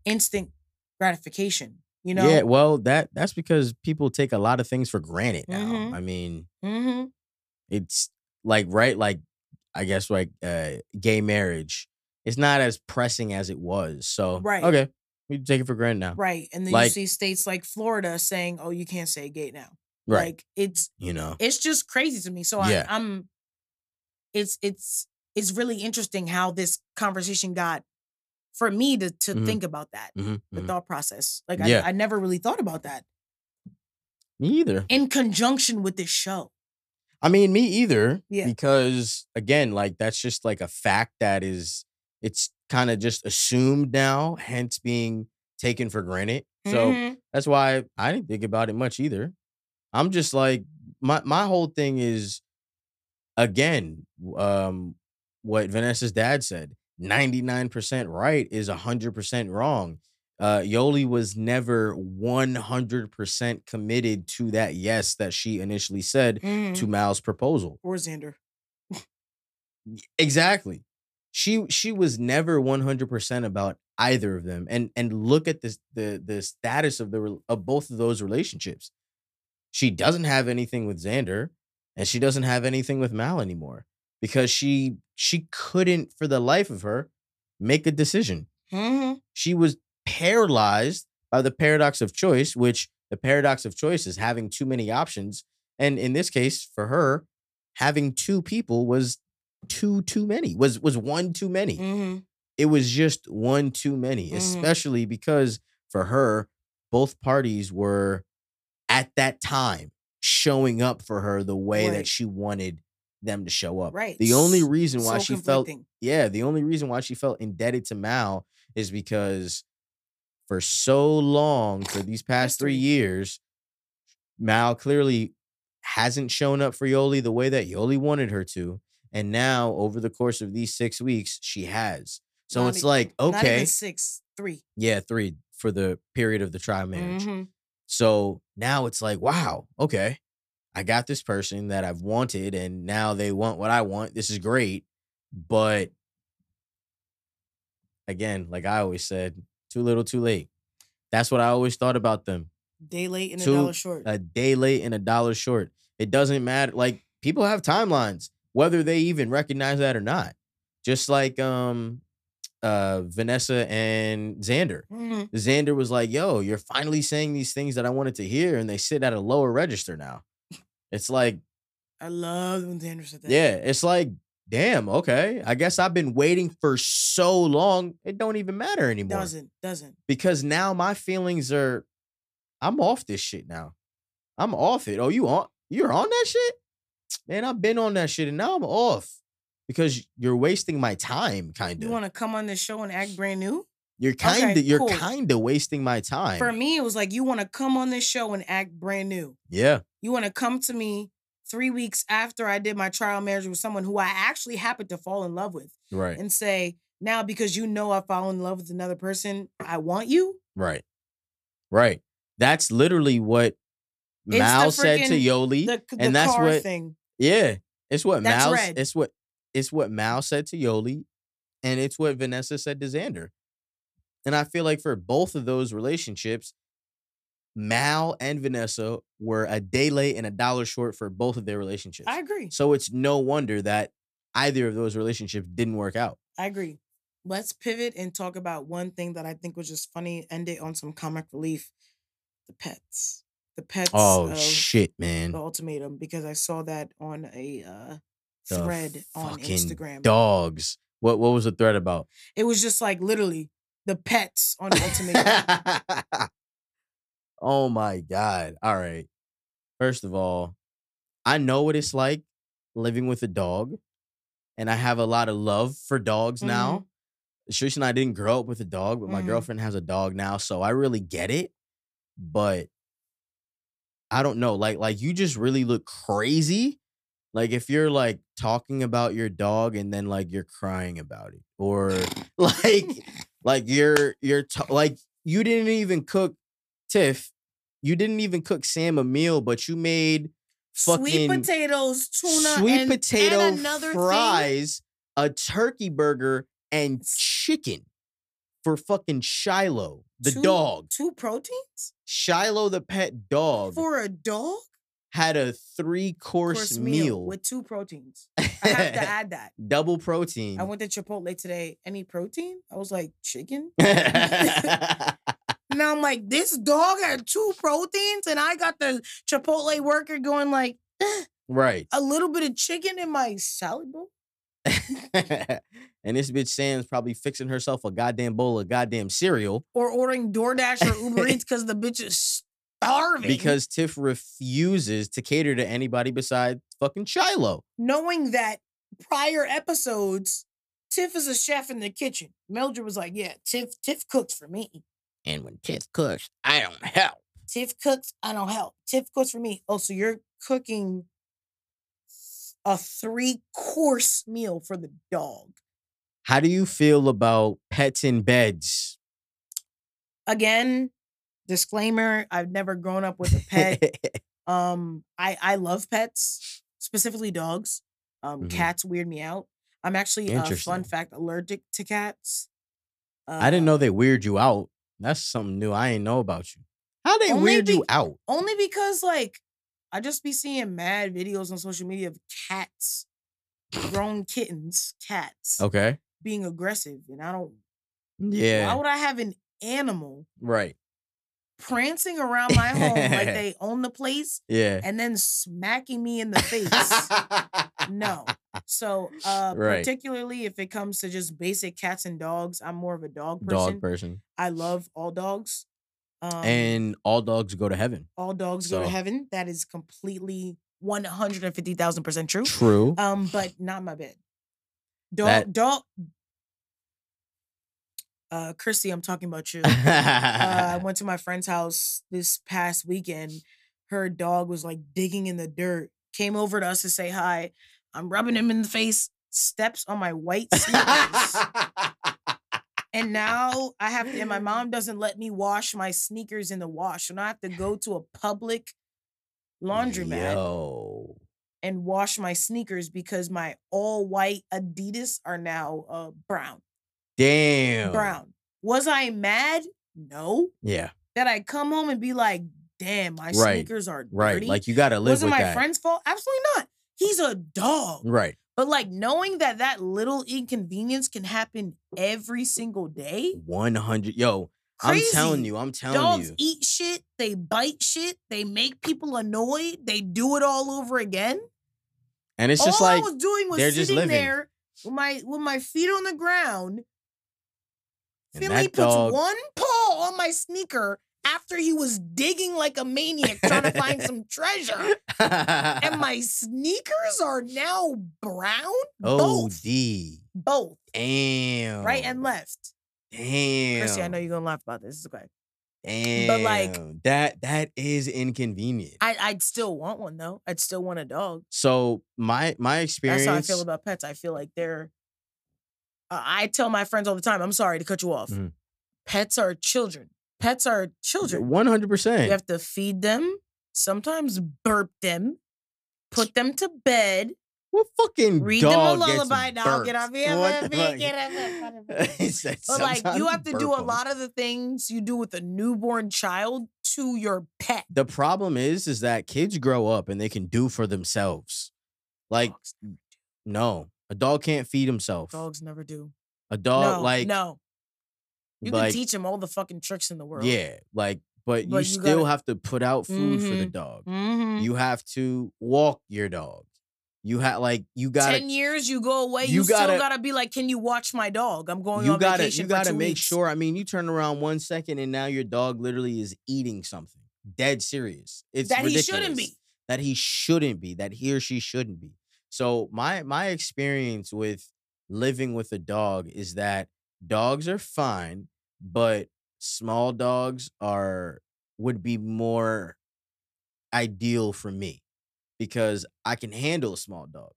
Speaker 2: instant gratification you know
Speaker 1: yeah. Well, that that's because people take a lot of things for granted now.
Speaker 2: Mhm.
Speaker 1: I mean,
Speaker 2: hmm
Speaker 1: it's like right, like I guess like uh, gay marriage. It's not as pressing as it was. So
Speaker 2: Right.
Speaker 1: okay, we take it for granted now.
Speaker 2: right and then you
Speaker 1: Like-
Speaker 2: see states like florida saying oh you can't say gay now
Speaker 1: Right.
Speaker 2: like it's
Speaker 1: you know.
Speaker 2: it's just crazy to me so I,
Speaker 1: Yeah.
Speaker 2: i'm it's it's it's really interesting how this conversation got for me to to
Speaker 1: Mhm.
Speaker 2: think about that
Speaker 1: Mhm,
Speaker 2: the
Speaker 1: mhm.
Speaker 2: thought process like
Speaker 1: Yeah.
Speaker 2: I, I never really thought about that
Speaker 1: Me either.
Speaker 2: in conjunction with this show
Speaker 1: I mean, me either.
Speaker 2: Yeah.
Speaker 1: Because again, like that's just like a fact that is it's kind of just assumed now, hence being taken for granted. So
Speaker 2: Mhm.
Speaker 1: that's why I didn't think about it much either. I'm just like my my whole thing is again, w- um, what Vanessa's dad said: ninety nine percent right is hundred percent wrong. Uh, Yoli was never one hundred percent committed to that yes that she initially said
Speaker 2: Mhm.
Speaker 1: to Mal's proposal.
Speaker 2: or xander
Speaker 1: Exactly. She she was never 100% about either of them. And and look at this the the status of the rel- of both of those relationships. She doesn't have anything with Xander and she doesn't have anything with Mal anymore because she she couldn't for the life of her make a decision.
Speaker 2: hmm
Speaker 1: She was paralyzed by the paradox of choice, which the paradox of choice is having too many options. And in this case, for her, having two people was too too many. Was was one too many.
Speaker 2: hmm
Speaker 1: It was just one too many,
Speaker 2: Mhm.
Speaker 1: especially because for her, both parties were at that time showing up for her the way
Speaker 2: Right.
Speaker 1: that she wanted them to show up.
Speaker 2: Right.
Speaker 1: The only
Speaker 2: S-
Speaker 1: reason why
Speaker 2: so
Speaker 1: she felt
Speaker 2: conflicting.
Speaker 1: yeah, the only reason why she felt indebted to Mal is because for so long, for these past three
Speaker 2: History.
Speaker 1: years, Mal clearly hasn't shown up for Yoli the way that Yoli wanted her to. And now, over the course of these six weeks, she has. So
Speaker 2: Not
Speaker 1: it's
Speaker 2: e-
Speaker 1: like,
Speaker 2: Not even
Speaker 1: okay,
Speaker 2: six, 3
Speaker 1: yeah, three for the period of the trial marriage.
Speaker 2: Mhm.
Speaker 1: So now it's like, wow, okay, I got this person that I've wanted, and now they want what I want. This is great. But again, like I always said, too little, too late. That's what I always thought about them.
Speaker 2: Day late and
Speaker 1: Two,
Speaker 2: a dollar short.
Speaker 1: A day late and a dollar short. It doesn't matter. Like people have timelines, whether they even recognize that or not. Just like um uh Vanessa and Xander.
Speaker 2: Mhm.
Speaker 1: Xander was like, yo, you're finally saying these things that I wanted to hear, and they sit at a lower register now. It's like,
Speaker 2: I love when Xander said that.
Speaker 1: yeah, it's like, damn, okay. I guess I've been waiting for so long, it don't even matter anymore.
Speaker 2: Doesn't, doesn't.
Speaker 1: Because now my feelings are I'm off this shit now. I'm off it. Oh, you on you're on that shit? Man, I've been on that shit and now I'm off. Because you're wasting my time, kind
Speaker 2: You
Speaker 1: of.
Speaker 2: want to come on this show and act brand new?
Speaker 1: You're kind of you're
Speaker 2: cool.
Speaker 1: kind of wasting my time.
Speaker 2: For me, it was like, you want to come on this show and act brand new.
Speaker 1: yeah.
Speaker 2: You want to come to me three weeks after I did my trial marriage with someone who I actually happened to fall in love with
Speaker 1: Right.
Speaker 2: and say, now because you know I fall in love with another person, I want you?
Speaker 1: Right. Right. That's literally what
Speaker 2: It's the
Speaker 1: Mal said to
Speaker 2: freaking-
Speaker 1: Yoli.
Speaker 2: The, the
Speaker 1: and that's
Speaker 2: car
Speaker 1: what
Speaker 2: thing.
Speaker 1: Yeah. It's what
Speaker 2: That's
Speaker 1: Mal
Speaker 2: red.
Speaker 1: it's what it's what Mal said to Yoli and it's what Vanessa said to Xander. And I feel like for both of those relationships, Mal and Vanessa were a day late and a dollar short for both of their relationships.
Speaker 2: I agree.
Speaker 1: So it's no wonder that either of those relationships didn't work out.
Speaker 2: I agree. Let's pivot and talk about one thing that I think was just funny. End it on some comic relief. The pets. The pets.
Speaker 1: Oh
Speaker 2: of
Speaker 1: shit,
Speaker 2: The
Speaker 1: man.
Speaker 2: ultimatum because I saw that on a uh,
Speaker 1: The
Speaker 2: thread on
Speaker 1: fucking
Speaker 2: Instagram.
Speaker 1: Dogs. What what was the thread about?
Speaker 2: It was just like literally the pets on the ultimatum.
Speaker 1: oh my god. All right. First of all, I know what it's like living with a dog. And I have a lot of love for dogs now. Sharice and I didn't grow up with a dog, but my
Speaker 2: Mhm.
Speaker 1: girlfriend has a dog now, so I really get it. But I don't know, like like you just really look crazy. Like if you're like talking about your dog and then like you're crying about it, or like like you're you're t- like you didn't even cook Tiff, you didn't even cook Sam a meal, but you made
Speaker 2: sweet
Speaker 1: fucking
Speaker 2: potatoes, tuna,
Speaker 1: sweet
Speaker 2: and,
Speaker 1: potato
Speaker 2: and another Thing.
Speaker 1: fries, a turkey burger, and
Speaker 2: S-
Speaker 1: chicken for fucking Shiloh, the
Speaker 2: Two-
Speaker 1: dog.
Speaker 2: Two proteins
Speaker 1: Shiloh, the pet dog,
Speaker 2: for a dog
Speaker 1: had a three course
Speaker 2: meal,
Speaker 1: meal,
Speaker 2: with two proteins. I have to add that.
Speaker 1: double protein.
Speaker 2: I went to Chipotle today. Any protein? I was like chicken. Now I'm like, this dog had two proteins, and I got the Chipotle worker going like
Speaker 1: right.
Speaker 2: a little bit of chicken in my salad bowl.
Speaker 1: and this bitch Sam's probably fixing herself a goddamn bowl of goddamn cereal
Speaker 2: or ordering DoorDash or Uber Eats because the bitch is starving.
Speaker 1: because Tiff refuses to cater to anybody besides fucking Shiloh.
Speaker 2: knowing that prior episodes, Tiff is a chef in the kitchen. Mildred was like, "Yeah, Tiff Tiff cooks for me.
Speaker 1: And when Tiff cooks, I don't help.
Speaker 2: Tiff cooks. I don't help. Tiff cooks for me. Oh, so you're cooking a three course meal for the dog
Speaker 1: How do you feel about pets in beds?
Speaker 2: again?" Disclaimer: I've never grown up with a pet. Um, I I love pets, specifically dogs. Um,
Speaker 1: Mhm.
Speaker 2: cats weird me out. I'm actually a uh, fun
Speaker 1: Interesting.
Speaker 2: fact allergic to cats. Uh,
Speaker 1: I didn't know they weird you out. That's something new. I ain't know about you. How they
Speaker 2: Only
Speaker 1: weird you
Speaker 2: be-
Speaker 1: out?
Speaker 2: only because like I just be seeing mad videos on social media of cats, grown kittens, cats
Speaker 1: Okay.
Speaker 2: being aggressive, and I don't. Why
Speaker 1: Mm, Yeah.
Speaker 2: would I have an animal
Speaker 1: Right.
Speaker 2: prancing around my home like they own the place
Speaker 1: Yeah.
Speaker 2: and then smacking me in the face? no. So, uh,
Speaker 1: Right.
Speaker 2: particularly if it comes to just basic cats and dogs, I'm more of a dog person.
Speaker 1: Dog person.
Speaker 2: I love all dogs. Um,
Speaker 1: And all dogs go to heaven.
Speaker 2: all dogs go to
Speaker 1: so-
Speaker 2: heaven. That is completely 150,000% true.
Speaker 1: True.
Speaker 2: Um, but not my bed. Dog,
Speaker 1: That-
Speaker 2: dog. Uh, Christy, I'm talking about you. uh, I went to my friend's house this past weekend. Her dog was like digging in the dirt, came over to us to say hi. I'm rubbing him in the face, steps on my white sneakers. and now I have to, and my mom doesn't let me wash my sneakers in the wash. And I have to go to a public laundromat
Speaker 1: Yo.
Speaker 2: and wash my sneakers because my all white Adidas are now uh, brown.
Speaker 1: Damn.
Speaker 2: Brown. Was I mad? No
Speaker 1: Yeah.
Speaker 2: that I come home and be like, damn, my
Speaker 1: Right,
Speaker 2: sneakers are dirty.
Speaker 1: Right. Like you gotta live
Speaker 2: was it
Speaker 1: with
Speaker 2: my
Speaker 1: that. Mm.
Speaker 2: friend's fault? Absolutely not. He's a dog.
Speaker 1: Right.
Speaker 2: But like knowing that that little inconvenience can happen every single day.
Speaker 1: One hundred. Yo.
Speaker 2: Crazy.
Speaker 1: I'm telling you. I'm telling
Speaker 2: Dogs
Speaker 1: you.
Speaker 2: eat shit, they bite shit, they make people annoyed, they do it all over again.
Speaker 1: And it's just
Speaker 2: all
Speaker 1: like
Speaker 2: I was doing was
Speaker 1: they're just
Speaker 2: sitting
Speaker 1: living.
Speaker 2: there with my with my feet on the ground.
Speaker 1: And
Speaker 2: Finley
Speaker 1: that
Speaker 2: puts
Speaker 1: dog-
Speaker 2: one paw on my sneaker after he was digging like a maniac trying to find some treasure. and my sneakers are now brown.
Speaker 1: Oh,
Speaker 2: Both,
Speaker 1: D.
Speaker 2: both,
Speaker 1: Damn.
Speaker 2: right and left.
Speaker 1: Damn.
Speaker 2: Chrissy, I know you're gonna laugh about this. It's okay.
Speaker 1: Damn.
Speaker 2: but, like-
Speaker 1: that that is inconvenient.
Speaker 2: I, I'd still want one though. I'd still want a dog.
Speaker 1: so my my experience.
Speaker 2: That's how I feel about pets. I feel like they're. Uh, I tell my friends all the time. I'm sorry to cut you off.
Speaker 1: Mhm.
Speaker 2: Pets are children. Pets are children.
Speaker 1: One hundred
Speaker 2: You
Speaker 1: percent.
Speaker 2: have to feed them. Sometimes burp them. Put them to bed.
Speaker 1: What fucking
Speaker 2: Read them a
Speaker 1: dog gets
Speaker 2: lullaby now, get
Speaker 1: burped?
Speaker 2: off here,
Speaker 1: What the
Speaker 2: baby,
Speaker 1: fuck?
Speaker 2: get off here,
Speaker 1: He said
Speaker 2: But like you
Speaker 1: sometimes
Speaker 2: have to do
Speaker 1: burp
Speaker 2: a
Speaker 1: 'em.
Speaker 2: lot of the things you do with a newborn child to your pet.
Speaker 1: The problem is, is that kids grow up and they can do for themselves. Like, no, A dog can't feed himself.
Speaker 2: Dogs never do.
Speaker 1: a dog
Speaker 2: no,
Speaker 1: Oh, like
Speaker 2: no. You can
Speaker 1: like,
Speaker 2: teach them all the fucking tricks in the world.
Speaker 1: Yeah, like but,
Speaker 2: But
Speaker 1: you
Speaker 2: you
Speaker 1: still
Speaker 2: gotta-
Speaker 1: have to put out food for the dog.
Speaker 2: Mhm.
Speaker 1: You have to walk your dog. You have like you gotta
Speaker 2: Ten years, you go away.
Speaker 1: you
Speaker 2: You, still
Speaker 1: gotta-
Speaker 2: gotta be like, can you watch my dog? I'm going
Speaker 1: you
Speaker 2: on
Speaker 1: gotta
Speaker 2: vacation
Speaker 1: you
Speaker 2: for
Speaker 1: gotta
Speaker 2: two
Speaker 1: make
Speaker 2: weeks."
Speaker 1: sure. I mean, you turn around one second and now your dog literally is eating something. Dead serious. It's
Speaker 2: that he
Speaker 1: ridiculous.
Speaker 2: shouldn't be.
Speaker 1: that he shouldn't be, that he or she shouldn't be. So my my experience with living with a dog is that dogs are fine, but small dogs are would be more ideal for me because I can handle a small dog.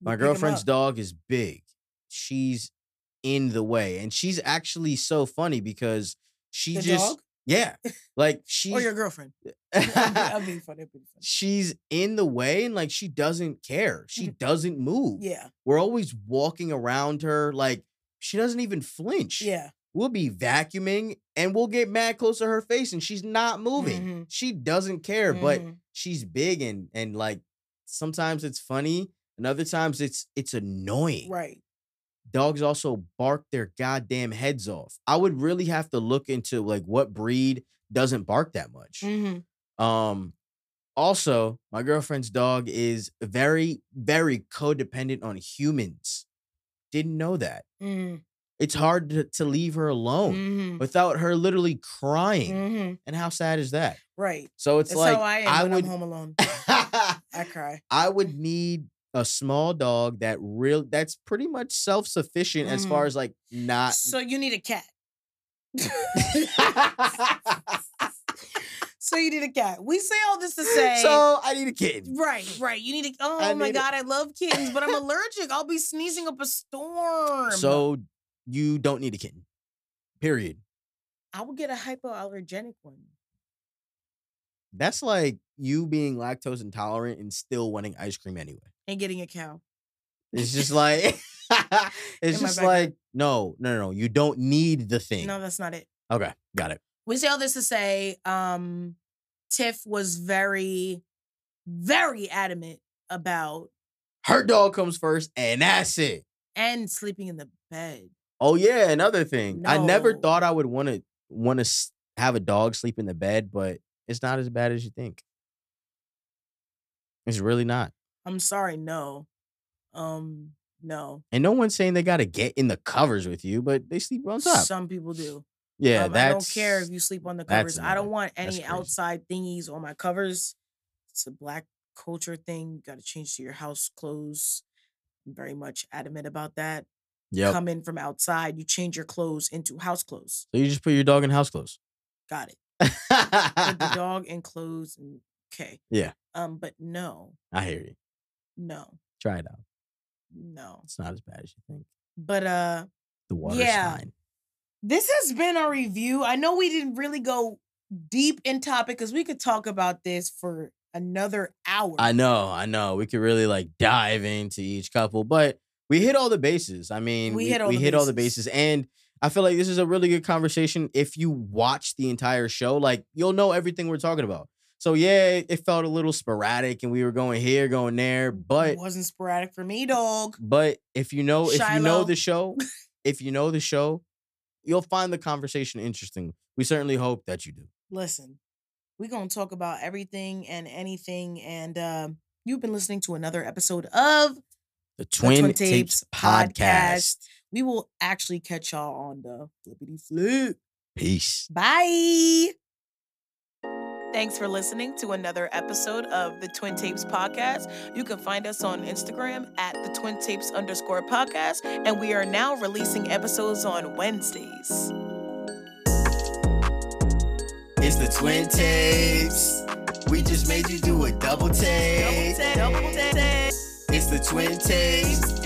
Speaker 2: You
Speaker 1: My
Speaker 2: pick 'em
Speaker 1: girlfriend's
Speaker 2: up.
Speaker 1: dog is big. She's in the way and she's actually so funny because she
Speaker 2: The
Speaker 1: just
Speaker 2: dog
Speaker 1: yeah, like she
Speaker 2: or your girlfriend. I'm, be- I'm being funny. I'm being funny.
Speaker 1: she's in the way and like she doesn't care. She doesn't move.
Speaker 2: Yeah,
Speaker 1: We're always walking around her. Like she doesn't even flinch.
Speaker 2: yeah.
Speaker 1: We'll be vacuuming and we'll get mad close to her face and she's not moving.
Speaker 2: Mhm.
Speaker 1: She doesn't care, but
Speaker 2: Mhm.
Speaker 1: she's big and and like sometimes it's funny and other times it's it's annoying.
Speaker 2: right.
Speaker 1: Dogs also bark their goddamn heads off. I would really have to look into like what breed doesn't bark that much.
Speaker 2: Mhm.
Speaker 1: Um, also, my girlfriend's dog is very, very codependent on humans. Didn't know that.
Speaker 2: Mhm.
Speaker 1: It's hard to, to leave her alone
Speaker 2: Mhm.
Speaker 1: without her literally crying.
Speaker 2: Mhm.
Speaker 1: And how sad is that?
Speaker 2: Right.
Speaker 1: So it's
Speaker 2: That's
Speaker 1: like
Speaker 2: how I am when
Speaker 1: would
Speaker 2: I'm home alone. I cry.
Speaker 1: I would need a small dog that real that's pretty much self-sufficient as far
Speaker 2: Mhm.
Speaker 1: as like not
Speaker 2: So you need a cat. so you need a cat. We say all this to say.
Speaker 1: So I need a kitten.
Speaker 2: Right, right. You need to. Oh
Speaker 1: I
Speaker 2: my
Speaker 1: need it.
Speaker 2: god, I love kittens, but I'm allergic. I'll be sneezing up a storm.
Speaker 1: So you don't need a kitten. Period.
Speaker 2: I will get a hypoallergenic one.
Speaker 1: That's like you being lactose intolerant and still wanting ice cream anyway.
Speaker 2: And getting a cow.
Speaker 1: It's just like it's
Speaker 2: In my
Speaker 1: just
Speaker 2: backyard.
Speaker 1: like no, no, no, no. You don't need the thing.
Speaker 2: No, that's not it.
Speaker 1: Okay, got it.
Speaker 2: We say all this to say, um, Tiff was very, very adamant about
Speaker 1: Her dog comes first, and that's it.
Speaker 2: and sleeping in the bed.
Speaker 1: Oh yeah, another thing. I never
Speaker 2: No.
Speaker 1: thought I would want to want to have a dog sleep in the bed, but it's not as bad as you think. It's really not.
Speaker 2: I'm sorry, no, um, no.
Speaker 1: And no one's saying they got to get in the covers with you, but they sleep on top.
Speaker 2: Some people do.
Speaker 1: yeah,
Speaker 2: Um,
Speaker 1: that's
Speaker 2: I don't care if you sleep on the
Speaker 1: that's
Speaker 2: covers. I
Speaker 1: another-
Speaker 2: don't want
Speaker 1: that's crazy.
Speaker 2: any outside thingies on my covers. It's a black culture thing. You got to change to your house clothes. I'm very much adamant about that.
Speaker 1: Yep.
Speaker 2: Come in from outside, you change your clothes into house clothes.
Speaker 1: So you just put your dog in house clothes.
Speaker 2: Got it. Put the dog in clothes. And, okay.
Speaker 1: Yeah.
Speaker 2: Um, but no,
Speaker 1: I hear you.
Speaker 2: no,
Speaker 1: Try it out.
Speaker 2: no.
Speaker 1: It's not as bad as you think.
Speaker 2: But uh,
Speaker 1: The water's
Speaker 2: Yeah.
Speaker 1: fine.
Speaker 2: this has been our review. I know we didn't really go deep in topic because we could talk about this for another hour.
Speaker 1: I know, I know. We could really like dive into each couple, but we hit all the bases. I mean, we, we hit, all, the
Speaker 2: bases.
Speaker 1: bases. And I feel like this is a really good conversation. If you watch the entire show, like you'll know everything we're talking about. So yeah, it felt a little sporadic and we were going here, going there, but
Speaker 2: it wasn't sporadic for me, dog.
Speaker 1: But if you know, if you know
Speaker 2: Shiloh.
Speaker 1: the show, if you know the show, you'll find the conversation interesting. We certainly hope that you do.
Speaker 2: Listen, we're gonna talk about everything and anything, and um, you've been listening to another episode of.
Speaker 1: The
Speaker 2: Twin Tapes Podcast. We will actually catch y'all on the flippity flip.
Speaker 1: Peace.
Speaker 2: Bye. Thanks for listening to another episode of the Twin Tapes Podcast. You can find us on Instagram at the Twin Tapes underscore podcast, and we are now releasing episodes on Wednesdays.
Speaker 1: It's the Twin Tapes. We just made you do a double take.
Speaker 2: Double take, double take.
Speaker 1: It's the Twin Tapes. And